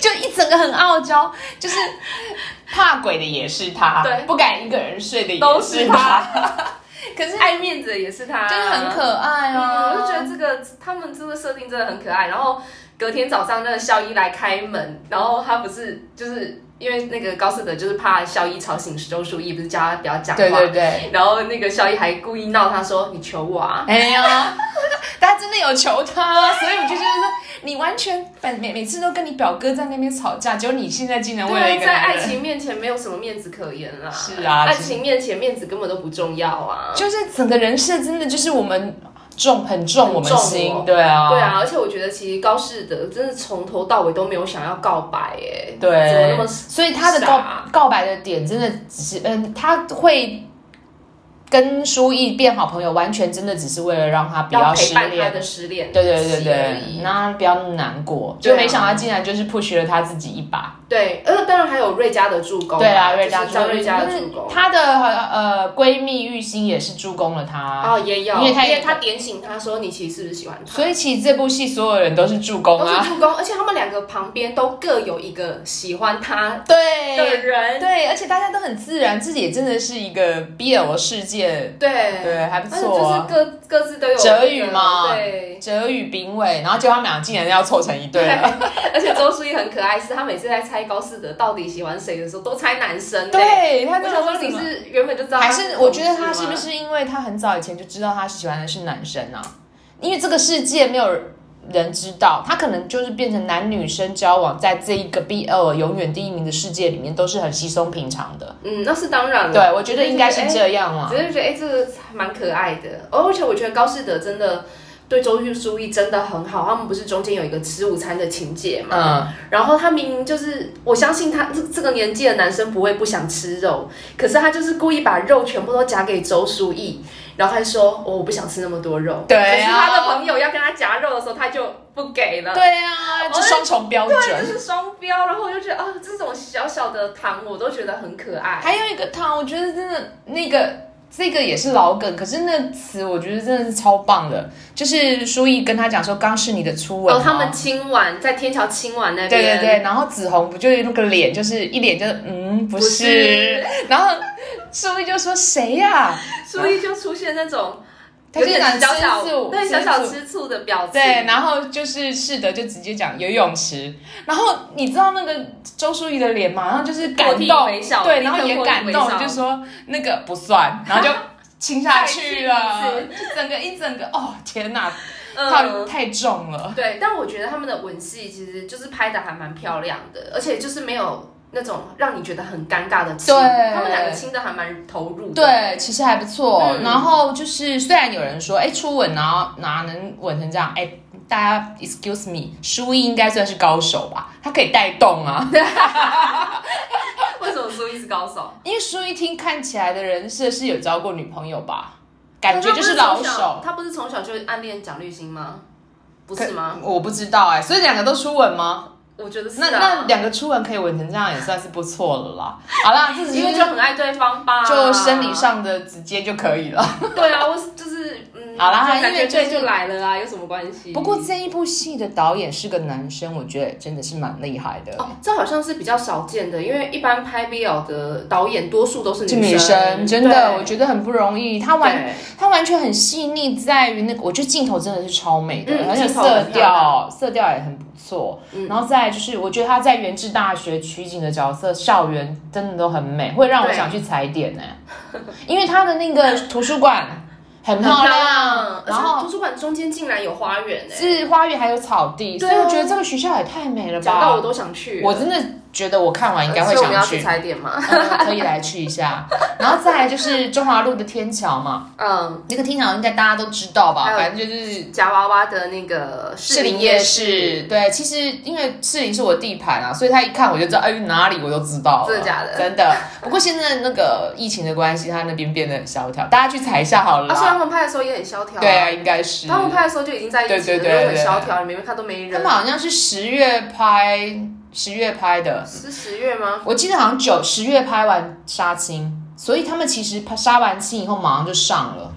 Speaker 1: 就一整个很傲娇，就是怕鬼的也是他，
Speaker 2: 对
Speaker 1: 不敢一个人睡的也
Speaker 2: 都
Speaker 1: 是
Speaker 2: 是
Speaker 1: 他，
Speaker 2: 他， 可是爱面子的也是他，
Speaker 1: 真的很可爱啊！
Speaker 2: 嗯我就觉得这个他们这个设定真的很可爱。然后隔天早上，那个校医来开门，然后他不是就是因为那个高斯德就是怕校医吵醒周书逸，不是叫他不要讲话，
Speaker 1: 对对对，
Speaker 2: 然后那个校医还故意闹他说：“你求我啊
Speaker 1: 哎呀， 他真的有求他，所以我就觉得说你完全本每每次都跟你表哥在那边吵架，结果你啊现在竟！”然为了一
Speaker 2: 对，
Speaker 1: 个
Speaker 2: 在
Speaker 1: 男
Speaker 2: 爱
Speaker 1: 人，
Speaker 2: 情面前没有什么面子可言啦。
Speaker 1: 是啊
Speaker 2: 爱
Speaker 1: 其实
Speaker 2: 情面前面子根本都不重要啊。
Speaker 1: 就是整个人设真的就是我们重很重我们
Speaker 2: 重
Speaker 1: 心，
Speaker 2: 哦
Speaker 1: 对啊，
Speaker 2: 对，啊，而且我觉得其实高士德真的从头到尾都没有想要告白耶，怎么那
Speaker 1: 对，嗯
Speaker 2: 么
Speaker 1: 所以他的告
Speaker 2: 傻
Speaker 1: 告白的点真的只是，嗯，他会跟舒逸变好朋友，完全真的只是为了让他不
Speaker 2: 要陪
Speaker 1: 失
Speaker 2: 伴他
Speaker 1: 恋。
Speaker 2: 的失恋期
Speaker 1: 对
Speaker 2: 而已，
Speaker 1: 对对对，那不要那么难过，
Speaker 2: 对啊
Speaker 1: 就没想到竟然就是 push 了他自己一把。
Speaker 2: 对，呃，当然还有瑞佳的助攻嘛，
Speaker 1: 对啊，
Speaker 2: 就是
Speaker 1: 瑞佳
Speaker 2: 张瑞佳的
Speaker 1: 但是
Speaker 2: 助攻，
Speaker 1: 她的呃闺蜜玉心也是助攻了他，
Speaker 2: 哦也有，
Speaker 1: 嗯因为他也
Speaker 2: 他点醒他说你其实是不是喜欢他，
Speaker 1: 所以其实这部戏所有人都是助攻
Speaker 2: 都
Speaker 1: 啊。
Speaker 2: 是助攻，而且他们两个旁边都各有一个喜欢他的
Speaker 1: 对
Speaker 2: 人，
Speaker 1: 对，而且大家都很自然，自己也真的是一个 BL 世界，
Speaker 2: 对，
Speaker 1: 对，还不
Speaker 2: 而且
Speaker 1: 错啊。
Speaker 2: 就是各各自都有
Speaker 1: 哲
Speaker 2: 一
Speaker 1: 宇
Speaker 2: 个
Speaker 1: 嘛
Speaker 2: 对。
Speaker 1: 哲宇、丙伟，然后结果他们俩竟然要凑成一 对了。
Speaker 2: 而且周书怡很可爱，是她每次在猜高士德到底喜欢谁的时候，都猜男生、欸。，
Speaker 1: 对，他
Speaker 2: 我
Speaker 1: 那
Speaker 2: 想
Speaker 1: 个
Speaker 2: 说你是原本就知道他
Speaker 1: 还
Speaker 2: 同志吗，
Speaker 1: 是我觉得他是不是因为他很早以前就知道他喜欢的是男生啊？因为这个世界没有人知道，他可能就是变成男女生交往，在这一个 BL 永远第一名的世界里面都是很稀松平常的。
Speaker 2: 嗯，那是当然了。
Speaker 1: 对，我觉得应该是这样啊
Speaker 2: 只。是觉得哎、这个还蛮可爱的、哦，而且我觉得高士德真的对周玉书逸真的很好。他们不是中间有一个吃午餐的情节嘛？
Speaker 1: 嗯，
Speaker 2: 然后他明明就是，我相信他这这个年纪的男生不会不想吃肉，可是他就是故意把肉全部都夹给周书逸，然后他就说、哦我不想吃那么多肉。
Speaker 1: 对
Speaker 2: 可是
Speaker 1: 啊，
Speaker 2: 他的朋友要跟他夹肉的时候，他就不给了。
Speaker 1: 对啊，这双重标准
Speaker 2: 这。是双标，然后我就觉得啊、这种小小的糖我都觉得很可爱。
Speaker 1: 还有一个汤，我觉得真的那个这个也是老梗，可是那个词我觉得真的是超棒的，就是舒逸跟他讲说刚是你的初吻
Speaker 2: 然
Speaker 1: 吗，
Speaker 2: 后哦他们亲完，在天桥亲完那边，
Speaker 1: 啊对对对，然后子红不就是那个脸，就是一脸就是嗯不
Speaker 2: 不
Speaker 1: 是，
Speaker 2: 是
Speaker 1: 然后舒逸就说谁呀、
Speaker 2: 所以就出现那种
Speaker 1: 他就
Speaker 2: 有
Speaker 1: 想
Speaker 2: 点小小
Speaker 1: 吃醋
Speaker 2: 对
Speaker 1: 吃
Speaker 2: 小小
Speaker 1: 醋
Speaker 2: 吃醋的表情。
Speaker 1: 对，然后就是是的，就直接讲游泳池。然后你知道那个周淑怡的脸嘛，然后就是感
Speaker 2: 破涕
Speaker 1: 动
Speaker 2: 为笑，
Speaker 1: 对，
Speaker 2: 立刻
Speaker 1: 然后也
Speaker 2: 破涕
Speaker 1: 感
Speaker 2: 为
Speaker 1: 动，
Speaker 2: 笑
Speaker 1: 就说那个不算，然后就亲下去了
Speaker 2: 再亲，
Speaker 1: 就整个一整个哦，天哪，太、
Speaker 2: 嗯，
Speaker 1: 太重了。
Speaker 2: 对，但我觉得他们的吻戏其实就是拍的还蛮漂亮的，而且就是没有。那种让你觉得很尴尬的亲，
Speaker 1: 对
Speaker 2: 他们两个亲的还蛮投入的。
Speaker 1: 对，其实还不错。
Speaker 2: 嗯
Speaker 1: 然后就是，虽然有人说，哎，初吻哪哪能吻成这样？哎，大家 excuse me，舒一应该算是高手吧？他可以带动啊，
Speaker 2: 为什么苏伊是高手？
Speaker 1: 因为舒一听看起来的人设是有交过女朋友吧？ 感觉就是老手。
Speaker 2: 他不是从小就暗恋蒋绿心吗？不是吗？
Speaker 1: 我不知道哎、所以两个都初吻吗？
Speaker 2: 我觉得是、啊。
Speaker 1: 那那两个初吻可以吻成这样，也算是不错了啦。 好啦，自己
Speaker 2: 因为就很爱对方吧，
Speaker 1: 就生理。上的直接就可以了。
Speaker 2: 对啊，我是就是嗯，
Speaker 1: 好啦
Speaker 2: 就感
Speaker 1: 因为
Speaker 2: 觉对
Speaker 1: 就是
Speaker 2: 就来了啊，有什么关 系？
Speaker 1: 不过这一部戏的导演是个男生，我觉得真的是蛮厉害的。
Speaker 2: 哦，这好像是比较少见的，因为一般拍 BL 的导演多数都是
Speaker 1: 这
Speaker 2: 女
Speaker 1: 女生真的，
Speaker 2: 对
Speaker 1: 我觉得很不容易。她完，
Speaker 2: 对
Speaker 1: 她完全很细腻，在于那个，我觉得镜头真的是超美的，
Speaker 2: 嗯
Speaker 1: 而且
Speaker 2: 镜头很
Speaker 1: 色
Speaker 2: 漂
Speaker 1: 调，
Speaker 2: 亮嗯
Speaker 1: 色调也很不错。然后再来就是，我觉得她在原治大学取景的角色，校园真的都很美，会让我
Speaker 2: 对
Speaker 1: 想去踩点呢、欸因为她的那个图书馆很
Speaker 2: 很
Speaker 1: 漂
Speaker 2: 漂
Speaker 1: 亮
Speaker 2: 亮，，
Speaker 1: 然
Speaker 2: 而且
Speaker 1: 后
Speaker 2: 图书馆中间竟然有花园哎、
Speaker 1: 是花园还有草地，所
Speaker 2: 对啊
Speaker 1: 以我觉得这个学校也太美了吧！
Speaker 2: 讲到我都想去了，
Speaker 1: 我真的觉得我看完应该会
Speaker 2: 所以我们
Speaker 1: 想
Speaker 2: 要
Speaker 1: 去
Speaker 2: 去。踩点嘛，
Speaker 1: 嗯可以来去一下，然后再来就是中华路的天桥嘛，
Speaker 2: 嗯，
Speaker 1: 那个厅长应该大家都知道吧？
Speaker 2: 还有
Speaker 1: 反正就是
Speaker 2: 夹娃娃的那个
Speaker 1: 士林夜市。对，其实因为士林是我地盘啊，所以他一看我就知道，哎，哪里我都知道了。
Speaker 2: 真的假的
Speaker 1: 真的。不过现在那个疫情的关系，他那边变得很萧条，大家去踩一下好了
Speaker 2: 啊，所以
Speaker 1: 啦。
Speaker 2: 他们拍的时候也很萧条、
Speaker 1: 对啊，，应该是。
Speaker 2: 他们拍的时候就已经在一起
Speaker 1: 对对
Speaker 2: 了，
Speaker 1: 对
Speaker 2: 都
Speaker 1: 对
Speaker 2: 很
Speaker 1: 对
Speaker 2: 萧条，你没看都没
Speaker 1: 他
Speaker 2: 人
Speaker 1: 们。好像是十月拍，十月拍的，
Speaker 2: 是十月吗？
Speaker 1: 我记得好像九十月拍完杀青，所以他们其实拍杀完青以后马上就上了，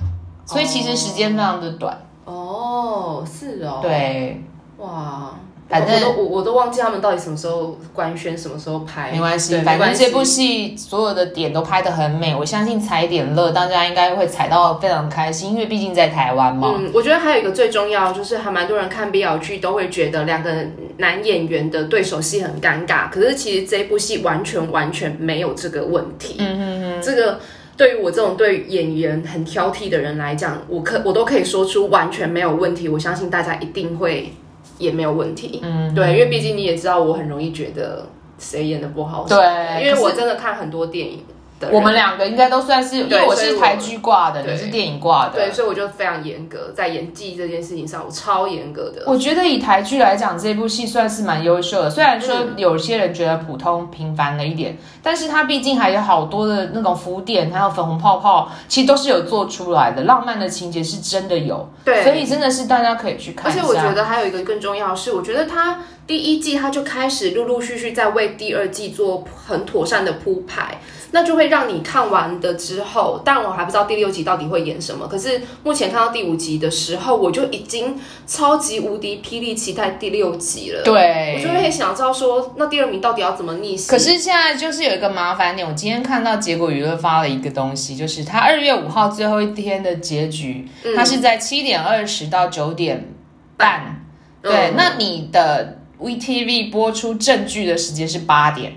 Speaker 1: 所以其实时间非常的短。
Speaker 2: 哦，是哦，，
Speaker 1: 对，
Speaker 2: 哇，
Speaker 1: 反正
Speaker 2: 我都我我都忘记他们到底什么时候官宣，什么时候拍，
Speaker 1: 没关系，
Speaker 2: 对
Speaker 1: 反
Speaker 2: 没
Speaker 1: 正
Speaker 2: 关
Speaker 1: 这部
Speaker 2: 系
Speaker 1: 戏所有的点都拍得很美，我相信踩点乐大家应该会踩到非常开心，因为毕竟在台湾嘛。
Speaker 2: 嗯，我觉得还有一个最重要，就是还蛮多人看 BL 剧都会觉得两个男演员的对手戏很尴尬，可是其实这部戏完全完全没有这个问题。嗯嗯嗯，这个对于我这种对演员很挑剔的人来讲，我可我都可以说出完全没有问题，我相信大家一定会也没有问题。嗯，对，因为毕竟你也知道，我很容易觉得谁演的不好，
Speaker 1: 对
Speaker 2: 嗯因为我
Speaker 1: 可
Speaker 2: 真的看很多电影的人，
Speaker 1: 我们两个应该都算是，因
Speaker 2: 对
Speaker 1: 为我
Speaker 2: 所以
Speaker 1: 是
Speaker 2: 我
Speaker 1: 台剧挂的，
Speaker 2: 对
Speaker 1: 你是电影挂
Speaker 2: 对，
Speaker 1: 的。
Speaker 2: 所以我就非常严格在演技这件事情上，我超严格的。
Speaker 1: 我觉得以台剧来讲，这部戏算是蛮优秀的。虽然
Speaker 2: 嗯
Speaker 1: 说有些人觉得普通平凡了一点，但是它毕竟还有好多的那种浮点，还有粉红泡泡，其实都是有做出来的。浪漫的情节是真的有，
Speaker 2: 对
Speaker 1: 所以真的是大家可以去看
Speaker 2: 而
Speaker 1: 一下。
Speaker 2: 且我觉得还有一个更重要的是，我觉得他第一季他就开始陆陆续续在为第二季做很妥善的铺排，那就会让你看完的之后，但我还不知道第六集到底会演什么。可是目前看到第五集的时候，我就已经超级无敌霹雳期待第六集了。，
Speaker 1: 对，
Speaker 2: 我就会很想知道说，那第二名到底要怎么逆袭？
Speaker 1: 可是现在就是有一个麻烦点，我今天看到结果娱乐发了一个东西，就是它二月五号最后一天的结局，它是在七点二十到九点半。对，
Speaker 2: 嗯
Speaker 1: 那你的 VTV 播出正剧的时间是八点，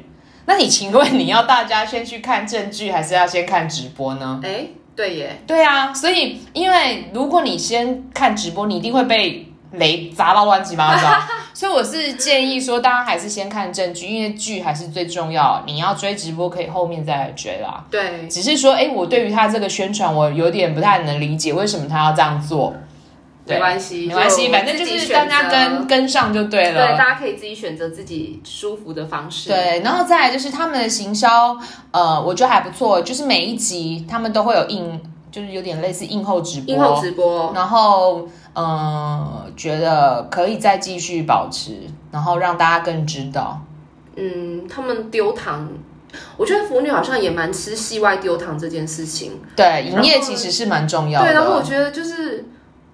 Speaker 1: 那你请问你要大家先去看正剧，还是要先看直播呢？
Speaker 2: 哎，对耶，
Speaker 1: 对啊，所以因为如果你先看直播，你一定会被雷砸到乱七八糟。 所以我是建议说，大家还是先看正剧，因为剧还是最重要。你要追直播，可以后面再来追啦。
Speaker 2: 对，
Speaker 1: 只是说，哎、我对于他这个宣传，我有点不太能理解，为什么他要这样做？对
Speaker 2: 没关系，
Speaker 1: 没关系，
Speaker 2: 就
Speaker 1: 反正就
Speaker 2: 自己
Speaker 1: 是大
Speaker 2: 选择
Speaker 1: 家跟跟上就对
Speaker 2: 对，
Speaker 1: 了。
Speaker 2: 大家可以自己选择自己舒服的方式。
Speaker 1: 对，然后再来就是他们的行销，呃，我觉得还不错，就是每一集他们都会有映，就是有点类似映后直播，
Speaker 2: 映后直播，
Speaker 1: 然后嗯，觉得可以再继续保持，然后让大家更知道。
Speaker 2: 嗯，他们丢糖，我觉得腐女好像也蛮吃戏外丢糖这件事情。
Speaker 1: 对，营业
Speaker 2: 然后
Speaker 1: 其实是蛮重要的。
Speaker 2: 对，然后我觉得就是，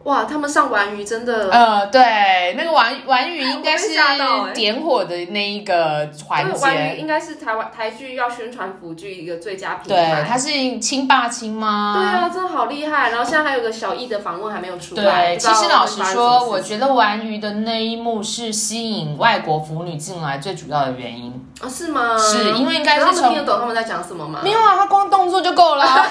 Speaker 2: 哇，他们上完鱼真的，
Speaker 1: 呃，对，那个玩玩语应该是
Speaker 2: 我被吓到欸
Speaker 1: 点火的那一个环
Speaker 2: 对完鱼
Speaker 1: 节，
Speaker 2: 应该是台湾台剧要宣传腐剧一个最佳品
Speaker 1: 对，
Speaker 2: 牌。
Speaker 1: 他是亲爸亲妈。
Speaker 2: 对啊，真的好厉害！然后现在还有个小易的访问还没有出来。
Speaker 1: 对，
Speaker 2: 不知
Speaker 1: 其
Speaker 2: 道
Speaker 1: 实老实
Speaker 2: 会发生什么
Speaker 1: 说，
Speaker 2: 事
Speaker 1: 我觉得玩鱼的那一幕是吸引外国腐女进来最主要的原因。
Speaker 2: 啊是吗？
Speaker 1: 是因为应该是
Speaker 2: 可他们
Speaker 1: 从
Speaker 2: 听得懂他们在讲什么吗？
Speaker 1: 没有啊，他光动作就够了 啊。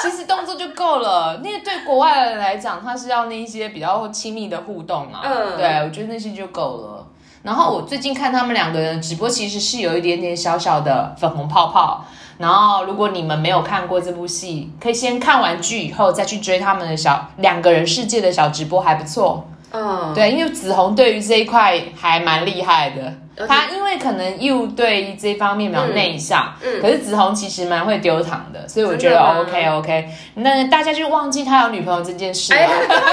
Speaker 1: 其实动作就够了，那个对国外的人来讲，他是要那一些比较亲密的互动啊。
Speaker 2: 嗯
Speaker 1: 对，我觉得那些就够了。然后我最近看他们两个人的直播，其实是有一点点小小的粉红泡泡。然后，如果你们没有看过这部戏，可以先看完剧以后再去追他们的小两个人世界的小直播，还不错。
Speaker 2: 嗯，
Speaker 1: 对，因为紫红对于这一块还蛮厉害
Speaker 2: 而且
Speaker 1: 的，他因为可能又对这方面比较内向，
Speaker 2: 嗯嗯
Speaker 1: 可是紫红其实蛮会丢糖的，所以我觉
Speaker 2: 真
Speaker 1: 得
Speaker 2: 的吗
Speaker 1: OK OK。那大家就忘记他有女朋友这件事了。
Speaker 2: 哎呀，讲出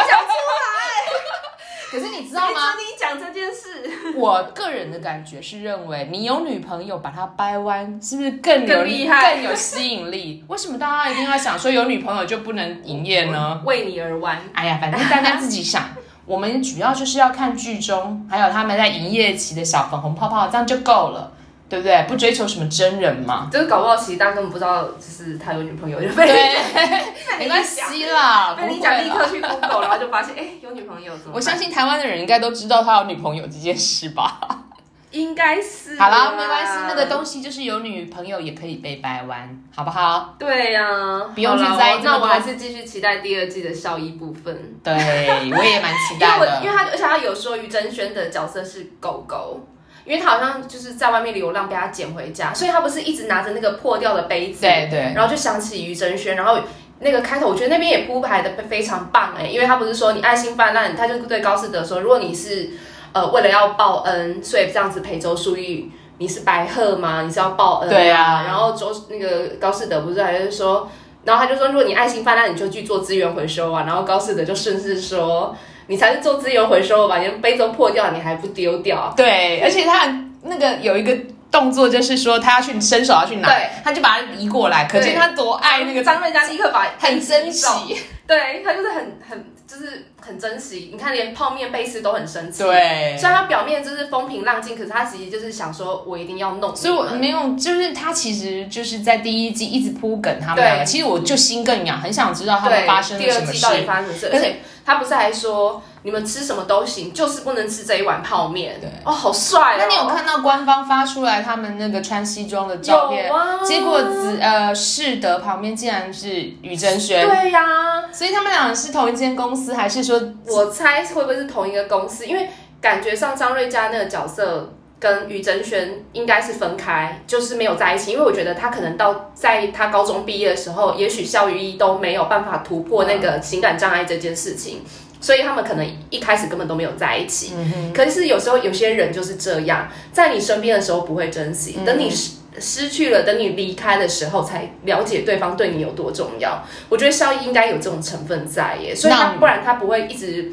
Speaker 1: 可是你知道吗？
Speaker 2: 你讲这件事
Speaker 1: 我个人的感觉是认为，你有女朋友把她掰弯，是不是更有
Speaker 2: 更厉害
Speaker 1: 更有吸引力？ 为什么大家一定要想说有女朋友就不能营业呢？
Speaker 2: 为你而玩，
Speaker 1: 哎呀，反正大家自己想。 我们主要就是要看剧中，还有他们在营业期的小粉红泡泡，这样就够了，对不对？不追求什么真人 嘛。
Speaker 2: 就是搞不好其实大家根本不知道，就是他有女朋友，就
Speaker 1: 对，
Speaker 2: 被被
Speaker 1: 没
Speaker 2: 你
Speaker 1: 关
Speaker 2: 讲
Speaker 1: 系啦，不
Speaker 2: 被你
Speaker 1: 会
Speaker 2: 讲立
Speaker 1: 啦。
Speaker 2: 刻去 Google，然后就发现哎、有女朋友，怎么办
Speaker 1: 我相信台湾的人应该都知道他有女朋友这件事吧？
Speaker 2: 应该是啊
Speaker 1: 好啦，没关系，那个
Speaker 2: 都
Speaker 1: 东西就是有女朋友也可以被掰弯，好不好？
Speaker 2: 对呀、
Speaker 1: 不用去
Speaker 2: 好啦
Speaker 1: 在意
Speaker 2: 我
Speaker 1: 这么
Speaker 2: 那我
Speaker 1: 多
Speaker 2: 还是继续期待第二季的校医部分。
Speaker 1: 对，我也蛮期
Speaker 2: 因为
Speaker 1: 待
Speaker 2: 我因
Speaker 1: 的。
Speaker 2: 为他，而且他有说于真轩的角色是狗狗，因为他好像就是在外面流浪，被他捡回家，所以他不是一直拿着那个破掉的杯子，
Speaker 1: 对对
Speaker 2: 然后就想起于真轩，然后那个开头，我觉得那边也铺排的非常棒哎、因为他不是说你爱心泛滥，他就对高士德说，如果你是呃为了要报恩，所以这样子陪周淑玉，你是白鹤吗？你是要报恩、
Speaker 1: 对啊
Speaker 2: 然后周那个高士德不是还是说，然后他就说，如果你爱心泛滥，你就去做资源回收啊。然后高士德就顺势说，你才是做资源回收吧，你连杯都破掉，你还不丢掉？
Speaker 1: 对，而且他那个有一个动作，就是说他要去伸手要去拿
Speaker 2: 对，
Speaker 1: 他就把它移过来，可见他多爱那个，
Speaker 2: 张瑞佳立刻把
Speaker 1: 很珍
Speaker 2: 杯子移走
Speaker 1: 惜。
Speaker 2: 对他就是很很就是很珍惜，你看连泡面被吃都很生气。，
Speaker 1: 对，
Speaker 2: 虽然他表面就是风平浪静，可是他其实就是想说，我一定要弄你们。
Speaker 1: 所以我没有，就是他其实就是在第一季一直铺梗他们两个，
Speaker 2: 对
Speaker 1: 其实我就心更痒，很想知道他们
Speaker 2: 对
Speaker 1: 发生了
Speaker 2: 第
Speaker 1: 什
Speaker 2: 二
Speaker 1: 么
Speaker 2: 季
Speaker 1: 事
Speaker 2: 到。底发生什么事，
Speaker 1: 而
Speaker 2: 而
Speaker 1: 且
Speaker 2: 且他不是还说你们吃什么都行，就是不能吃这一碗泡面。
Speaker 1: 对，
Speaker 2: 哦，好帅、哦！
Speaker 1: 那你有看到官方发出来他们那个穿西装的照片
Speaker 2: 有？啊？
Speaker 1: 结果子呃世德旁边竟然是于真轩，
Speaker 2: 对啊呀、
Speaker 1: 所以他们俩是同一间公司，还是说
Speaker 2: 我猜会不会是同一个公司？因为感觉上张瑞佳那个角色跟于真轩应该是分开，就是没有在一起。因为我觉得他可能到在他高中毕业的时候，也许校于一都没有办法突破那个情感障碍这件事情，所以他们可能一开始根本都没有在一起。可是有时候有些人就是这样，在你身边的时候不会珍惜，
Speaker 1: 嗯
Speaker 2: 等你失失去了，等你离开的时候才了解对方对你有多重要。我觉得效益应该有这种成分在耶，所以他
Speaker 1: 那
Speaker 2: 不然他不会一直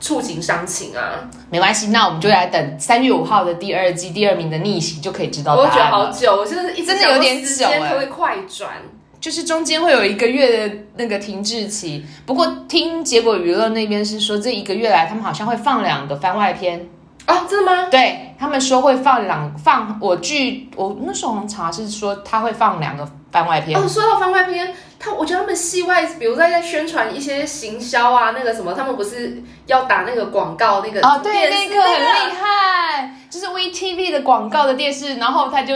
Speaker 2: 触景伤情啊。
Speaker 1: 没关系，那我们就来等三月五号的第二季第二名的逆袭就可以知道
Speaker 2: 我
Speaker 1: 答
Speaker 2: 觉得
Speaker 1: 案
Speaker 2: 好
Speaker 1: 了。
Speaker 2: 久，我真的一直
Speaker 1: 真的
Speaker 2: 想说
Speaker 1: 有点
Speaker 2: 时
Speaker 1: 久
Speaker 2: 间
Speaker 1: 哎
Speaker 2: 可不可以快转？
Speaker 1: 就是中间会有一个月的那个停滞期，不过听结果娱乐那边是说，这一个月来他们好像会放两个番外篇，
Speaker 2: 啊，真的吗？
Speaker 1: 对他们说会放两放，我据我那时候好像查是说他会放两个番外篇，
Speaker 2: 哦，说到番外篇，他我觉得他们戏外，比如在在宣传一些行销啊，那个什么，他们不是要打那个广告那个
Speaker 1: 哦，对，
Speaker 2: 电视
Speaker 1: 那个很厉害，就是 VTV 的广告的电视，然后他就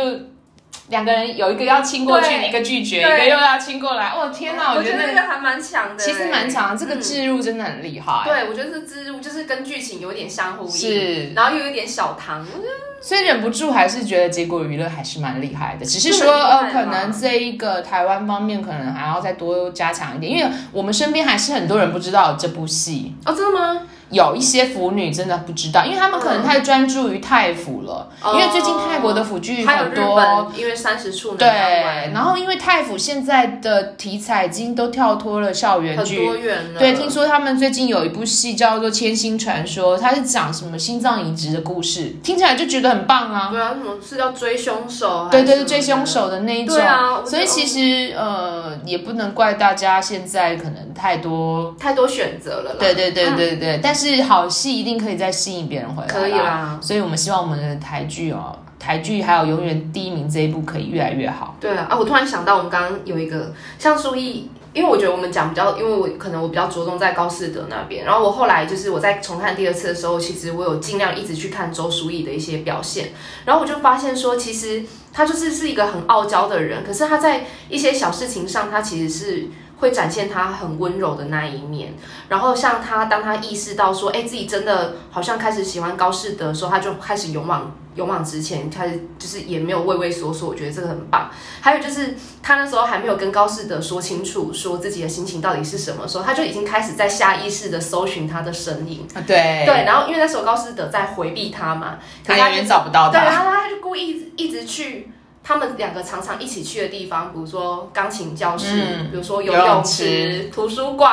Speaker 1: 两个人有一个要亲过去，
Speaker 2: 对
Speaker 1: 一个拒绝，一
Speaker 2: 对
Speaker 1: 个又要亲过来。哦天哪，
Speaker 2: 我
Speaker 1: 我
Speaker 2: 觉
Speaker 1: 觉
Speaker 2: 得
Speaker 1: 得
Speaker 2: 那
Speaker 1: 那
Speaker 2: 个
Speaker 1: 个
Speaker 2: 还蛮强的欸，
Speaker 1: 其实蛮强，这个置入真的很厉害。
Speaker 2: 对，我觉得是蜘蛛，就是跟剧情有点相呼应，
Speaker 1: 是，
Speaker 2: 然后又有点小糖，我觉得
Speaker 1: 所以忍不住还是觉得结果娱乐还是蛮厉害的，只是说
Speaker 2: 是很厉害
Speaker 1: 呃，
Speaker 2: 嘛
Speaker 1: 可能这一个台湾方面可能还要再多加强一点，因为我们身边还是很多人不知道这部戏。
Speaker 2: 哦，真的吗？
Speaker 1: 有一些腐女真的不知道，因为他们可能太专注于泰腐了，
Speaker 2: 嗯哦
Speaker 1: 因为最近泰国的腐剧
Speaker 2: 还有
Speaker 1: 嗯很
Speaker 2: 日
Speaker 1: 多。
Speaker 2: 本，因为三十处男
Speaker 1: 对，
Speaker 2: 港湾
Speaker 1: 然后因为泰腐现在的题材已经都跳脱了校园
Speaker 2: 很
Speaker 1: 剧。
Speaker 2: 多元了，
Speaker 1: 对，听说他们最近有一部戏叫做《千星传说》，它是讲什么心脏移植的故事，听起来就觉得很棒啊。
Speaker 2: 对啊，什么是要追凶手还
Speaker 1: 对
Speaker 2: 是什么的？
Speaker 1: 对对，追凶手的那一种。
Speaker 2: 对啊我
Speaker 1: 所以
Speaker 2: 觉得
Speaker 1: 其实呃，也不能怪大家现在可能太多。
Speaker 2: 太多选择了啦，
Speaker 1: 对对对对对，但是好戏一定可以再吸引别人回来。
Speaker 2: 可以啦，
Speaker 1: 所以我们希望我们的台剧哦，台剧还有永远第一名这一部可以越来越好。
Speaker 2: 对啊，啊，我突然想到，我们刚刚有一个像苏毅，因为我觉得我们讲比较，因为我可能我比较着重在高士德那边，然后我后来就是我在重看第二次的时候，其实我有尽量一直去看周书毅的一些表现，然后我就发现说，其实他就是是一个很傲娇的人，可是他在一些小事情上，他其实是。会展现他很温柔的那一面。然后像他，当他意识到说，哎，自己真的好像开始喜欢高士德的时候，他就开始勇往勇往直前，开始就是也没有畏畏缩缩，我觉得这个很棒。还有就是他那时候还没有跟高士德说清楚，说自己的心情到底是什么时候，他就已经开始在下意识的搜寻他的身影。
Speaker 1: 啊对，
Speaker 2: 对，然后因为那时候高士德在回避他嘛，可
Speaker 1: 他
Speaker 2: 是他
Speaker 1: 永远找不到
Speaker 2: 对，然
Speaker 1: 他，
Speaker 2: 后他就故意一直一直去他们两个常常一起去的地方，比如说钢琴教室，
Speaker 1: 嗯
Speaker 2: 比如说游
Speaker 1: 游泳
Speaker 2: 泳
Speaker 1: 池
Speaker 2: 池、图书馆。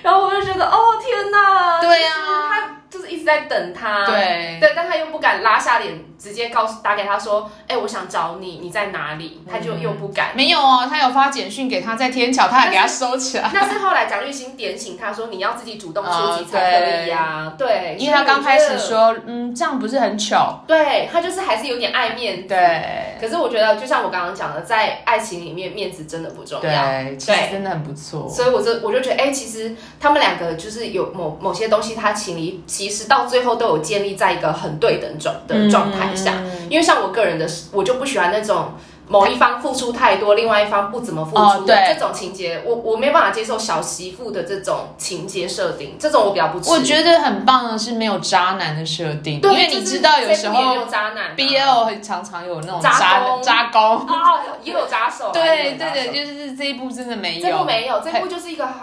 Speaker 2: 然后我就觉得，哦天哪！
Speaker 1: 对
Speaker 2: 呀，
Speaker 1: 啊
Speaker 2: 他就是一直在等他。。
Speaker 1: 对，
Speaker 2: 对，但他又不敢拉下脸，直接告诉打给他说：“哎、我想找你，你在哪里？”他就又不敢。
Speaker 1: 没有哦，他有发简讯给他，在天桥，他还给他收起来，
Speaker 2: 那是后来蒋玉兴点醒他说：“你要自己主动出
Speaker 1: 哦
Speaker 2: 击才可以呀、对，
Speaker 1: 因为他刚开始
Speaker 2: 所以
Speaker 1: 说，嗯，这样不是很糗，
Speaker 2: 我觉得，对他就是还是有点爱面子。
Speaker 1: 对
Speaker 2: 可是我觉得，就像我刚刚讲的，在爱情里面，面子真的不重要。
Speaker 1: 对，啊其实真的很不错，
Speaker 2: 所以我就我就觉得，哎、其实他们两个就是有某某些东西，他情理其实到最后都有建立在一个很对等状的状态下。
Speaker 1: 嗯
Speaker 2: 因为像我个人的，我就不喜欢那种某一方付出太多，另外一方不怎么付
Speaker 1: 哦
Speaker 2: 出的、
Speaker 1: 对
Speaker 2: 这种情节，我我没办法接受小媳妇的这种情节设定，这种我比较不吃。
Speaker 1: 我觉得很棒的是没有渣男的设定，
Speaker 2: 对，
Speaker 1: 因为你知道有时
Speaker 2: 这部也
Speaker 1: 候
Speaker 2: 有渣男、啊、
Speaker 1: BL 很常常有那种
Speaker 2: 渣
Speaker 1: 渣
Speaker 2: 攻
Speaker 1: 渣攻，
Speaker 2: 啊，也有渣手啊、也
Speaker 1: 对
Speaker 2: 有渣
Speaker 1: 对
Speaker 2: 手
Speaker 1: 对，就是这一部真的没
Speaker 2: 这部
Speaker 1: 有，
Speaker 2: 没有，这部就是一个很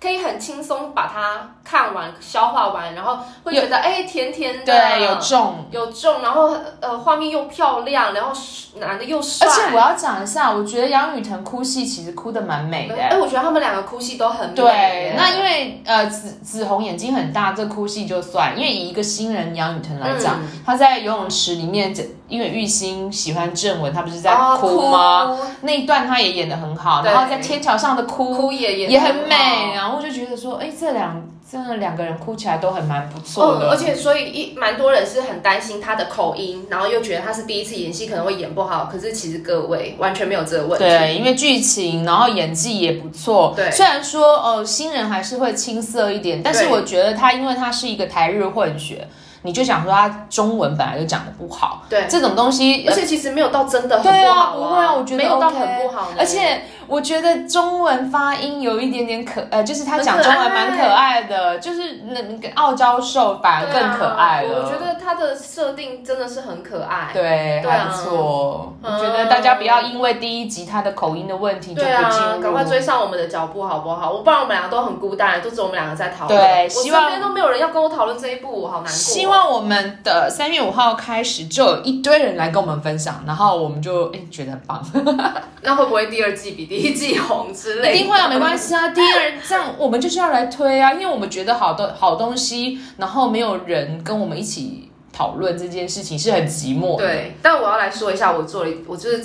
Speaker 2: 可以很轻松把它看完、消化完，然后会觉得哎、甜甜的，
Speaker 1: 对有重。
Speaker 2: 有重，然后呃画面又漂亮，然后男的又帅，
Speaker 1: 而且我要讲一下，我觉得杨雨腾哭戏其实哭的蛮美的、
Speaker 2: 哎、我觉得他们两个哭戏都很美
Speaker 1: 对
Speaker 2: 耶，嗯
Speaker 1: 那因为呃，紫紫红眼睛很大，这哭戏就算。因为以一个新人杨雨腾来讲，
Speaker 2: 哦
Speaker 1: 他在游泳池里面，这因为玉兴喜欢郑文，他不是在
Speaker 2: 哦
Speaker 1: 哭吗？？那一段他也演的很好，
Speaker 2: 对
Speaker 1: 然后在天桥上的
Speaker 2: 哭
Speaker 1: 哭
Speaker 2: 哭也哦
Speaker 1: 也很美，
Speaker 2: 好。
Speaker 1: 然后我就觉得说，哎，这两这两个人哭起来都很蛮不错
Speaker 2: 嗯，
Speaker 1: 的。
Speaker 2: 而且所以一蛮多人是很担心他的口音，然后又觉得他是第一次演戏可能会演不好，可是其实各位完全没有这个问题。
Speaker 1: 对，因为剧情，然后演技也不错。
Speaker 2: 对
Speaker 1: 虽然说呃新人还是会青涩一点，但是
Speaker 2: 对
Speaker 1: 我觉得他因为他是一个台日混血，你就想说他中文本来就讲的不好，
Speaker 2: 对
Speaker 1: 这种东西
Speaker 2: 而。且其实没有到真的很
Speaker 1: 对
Speaker 2: 不
Speaker 1: 啊，
Speaker 2: 好、
Speaker 1: 不会啊，我觉得
Speaker 2: 没有到
Speaker 1: OK
Speaker 2: 很不好呢，
Speaker 1: 而且我觉得中文发音有一点点可，呃，就是他
Speaker 2: 很
Speaker 1: 讲
Speaker 2: 可
Speaker 1: 中文
Speaker 2: 爱
Speaker 1: 蛮可爱的，就是那那个傲娇兽反而
Speaker 2: 对啊
Speaker 1: 更可爱了。
Speaker 2: 我觉得它的设定真的是很可爱。
Speaker 1: 对，
Speaker 2: 对
Speaker 1: 还
Speaker 2: 啊
Speaker 1: 不错。我
Speaker 2: 嗯
Speaker 1: 觉得大家不要因为第一集他的口音的问题就不
Speaker 2: 对
Speaker 1: 进
Speaker 2: 啊，
Speaker 1: 入。
Speaker 2: 赶快追上我们的脚步好不好？我不然我们两个都很孤单，都只有我们两个在讨论。
Speaker 1: 对
Speaker 2: 我
Speaker 1: 希
Speaker 2: 身
Speaker 1: 望
Speaker 2: 边都没有人要跟我讨论这一部，我好难过。啊
Speaker 1: 希 望我们的三月五号开始就有一堆人来跟我们分享，然后我们就哎、觉得很棒，
Speaker 2: 那会不会第二季比第一季红之类的？
Speaker 1: 一定会啊，没关系啊。第二这样我们就是要来推啊，因为我们觉得好的好东西，然后没有人跟我们一起讨论这件事情是很寂寞的。
Speaker 2: 对，但我要来说一下，我做了一，我就是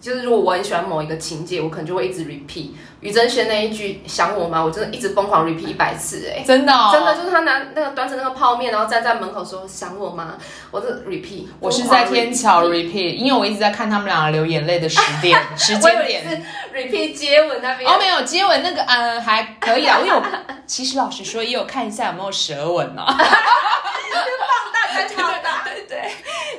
Speaker 2: 就是，如果我很喜欢某一个情节，我可能就会一直 repeat 于真轩那一句“想我吗”，我真的一直疯狂 repeat 一百次哎、
Speaker 1: 真的、哦，
Speaker 2: 真的。就是他拿那个端着那个泡面，然后站在门口说想我吗？我这 repeat，
Speaker 1: 我是在天桥
Speaker 2: 疯狂
Speaker 1: repeat，因为我一直在看他们两个流眼泪的时 点时间点。
Speaker 2: repeat repeat 接吻那边。
Speaker 1: 哦，没有接吻那个，嗯，还可以啊。我 有，其实老实说，也有看一下有没有舌吻 啊。
Speaker 2: 放大再放大， 对对。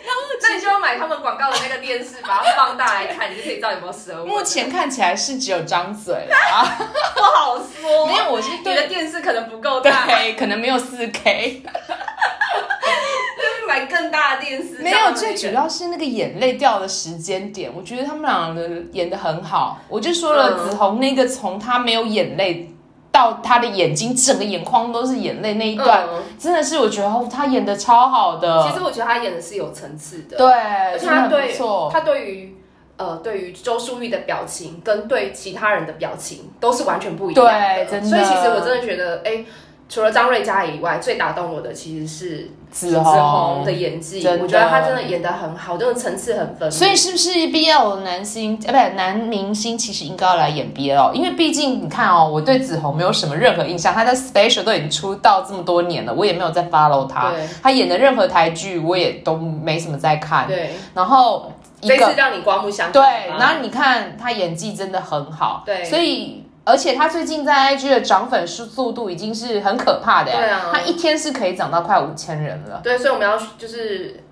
Speaker 2: 那你就要买他们广告的那个电视，把它放大来看，你就可以知道有没有舌
Speaker 1: 目
Speaker 2: 吻。
Speaker 1: 前看起来是只有张嘴啦，
Speaker 2: 不好说
Speaker 1: 没有，我是
Speaker 2: 哦你
Speaker 1: 对
Speaker 2: 的电视可能不够大，
Speaker 1: 对，可能没有四 K，
Speaker 2: 就是 买更大的电视。
Speaker 1: 没有。最主要是那个眼泪掉的时间点，我觉得他们两个演的很好。我就说了，
Speaker 2: 嗯
Speaker 1: 紫红那个从她没有眼泪到她的眼睛，整个眼眶都是眼泪那一段，
Speaker 2: 嗯
Speaker 1: 真的是我觉得哦，她演的超好的。
Speaker 2: 其实我觉得他演的是有层次的，
Speaker 1: 对，
Speaker 2: 而且
Speaker 1: 真的
Speaker 2: 他
Speaker 1: 很不
Speaker 2: 对
Speaker 1: 错。
Speaker 2: 他对于呃对于周淑玉的表情跟对其他人的表情都是完全不一样的，
Speaker 1: 对真的
Speaker 2: 所以其实我真的觉得，哎、除了张瑞佳以外，最打动我的其实是
Speaker 1: 紫
Speaker 2: 子
Speaker 1: 红
Speaker 2: 红的演技，
Speaker 1: 真的
Speaker 2: 我觉得他真的演的很好，真的层次很分明。
Speaker 1: 所以是不是 BL 的男星呃，不男明星其实应该要来演 BL，因为毕竟你看哦，我对紫红没有什么任何印象，她在 Special 都已经出道这么多年了，我也没有在 follow 她
Speaker 2: 对，
Speaker 1: 她演的任何台剧我也都没什么在看。
Speaker 2: 对，
Speaker 1: 然后一
Speaker 2: 这次
Speaker 1: 个
Speaker 2: 让你刮目相
Speaker 1: 对，
Speaker 2: 看吧。
Speaker 1: 然后你看她演技真的很好，
Speaker 2: 对
Speaker 1: 所以。而且她最近在 IG 的涨粉速速度已经是很可怕的，
Speaker 2: 对啊
Speaker 1: 她一天是可以涨到快五千人了。
Speaker 2: 对，所以我们要就是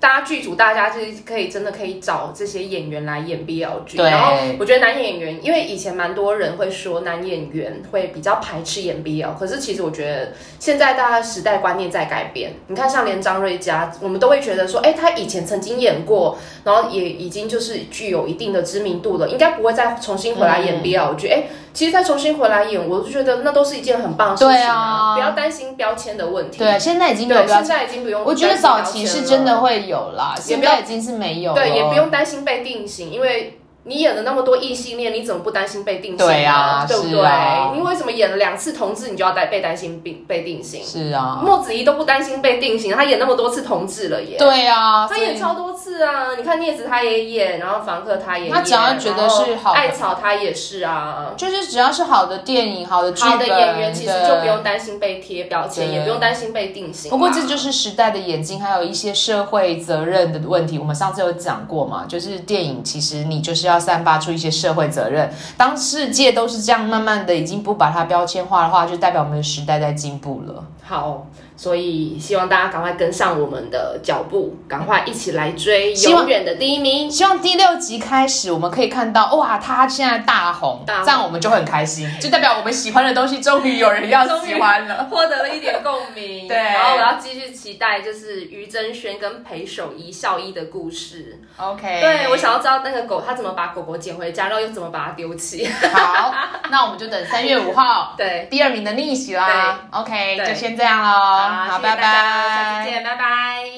Speaker 2: 大家剧组大家就是可以真的可以找这些演员来演 BL 剧，
Speaker 1: 对
Speaker 2: 然后我觉得男演员，因为以前蛮多人会说男演员会比较排斥演 BL，可是其实我觉得现在大家时代观念在改变，你看像连张瑞佳，我们都会觉得说，哎，他以前曾经演过，然后也已经就是具有一定的知名度了，应该不会再重新回来
Speaker 1: 嗯
Speaker 2: 演 BL 剧，哎、其实再重新回来演，我就觉得那都是一件很棒的事
Speaker 1: 对
Speaker 2: 情
Speaker 1: 啊
Speaker 2: 不要担心标签的问题。
Speaker 1: 对，现在已经没有
Speaker 2: 对，
Speaker 1: 标
Speaker 2: 现
Speaker 1: 签。
Speaker 2: 在已经不用。
Speaker 1: 我觉得早期是真的。会有啦，
Speaker 2: 也
Speaker 1: 现
Speaker 2: 不要
Speaker 1: 在已经是没有了。哦
Speaker 2: 对，也不用担心被定型，因为你演了那么多异性恋，你怎么不担心被定型呢？
Speaker 1: 对啊
Speaker 2: 对不
Speaker 1: 是
Speaker 2: 对？
Speaker 1: 啊
Speaker 2: 你为什么演了两次同志，你就要被被担心被被定型？
Speaker 1: 是啊，
Speaker 2: 莫子仪都不担心被定型，她演那么多次同志了耶。
Speaker 1: 对啊，
Speaker 2: 她
Speaker 1: 所以
Speaker 2: 演超多次啊！你看聂子她也演，然后房客她也演，
Speaker 1: 那只要觉得是好的
Speaker 2: 艾草她也是啊。
Speaker 1: 就是只要是好的电影、好的剧
Speaker 2: 好
Speaker 1: 本
Speaker 2: 的演员其实
Speaker 1: 对
Speaker 2: 就不用担心被贴标签，
Speaker 1: 对
Speaker 2: 也不用担心被定型啊。
Speaker 1: 不过这就是时代的眼睛，还有一些社会责任的问题。我们上次有讲过嘛，就是电影其实你就是要散发出一些社会责任。当世界都是这样，慢慢的已经不把它标签化的话，就代表我们的时代在进步了。
Speaker 2: 好，所以希望大家赶快跟上我们的脚步，赶快一起来追
Speaker 1: 希望
Speaker 2: 永远的第一名。
Speaker 1: 希望第六集开始，我们可以看到哇，他现在大红，
Speaker 2: 大红
Speaker 1: 这样我们就会很开心，就代表我们喜欢的东西终于有人 要喜欢了。
Speaker 2: 获得了一点共 鸣，
Speaker 1: 对
Speaker 2: 然后我要继续期待就是于真轩跟裴守一校医的故事。
Speaker 1: OK，
Speaker 2: 对我想要知道那个狗，他怎么把狗狗捡回家，然后又怎么把它丢弃。
Speaker 1: 好，那我们就等三月五号
Speaker 2: 对，
Speaker 1: 第二名的逆袭啦。OK，
Speaker 2: 对
Speaker 1: 就先这样喽。
Speaker 2: 好，谢谢大家下次见，拜拜。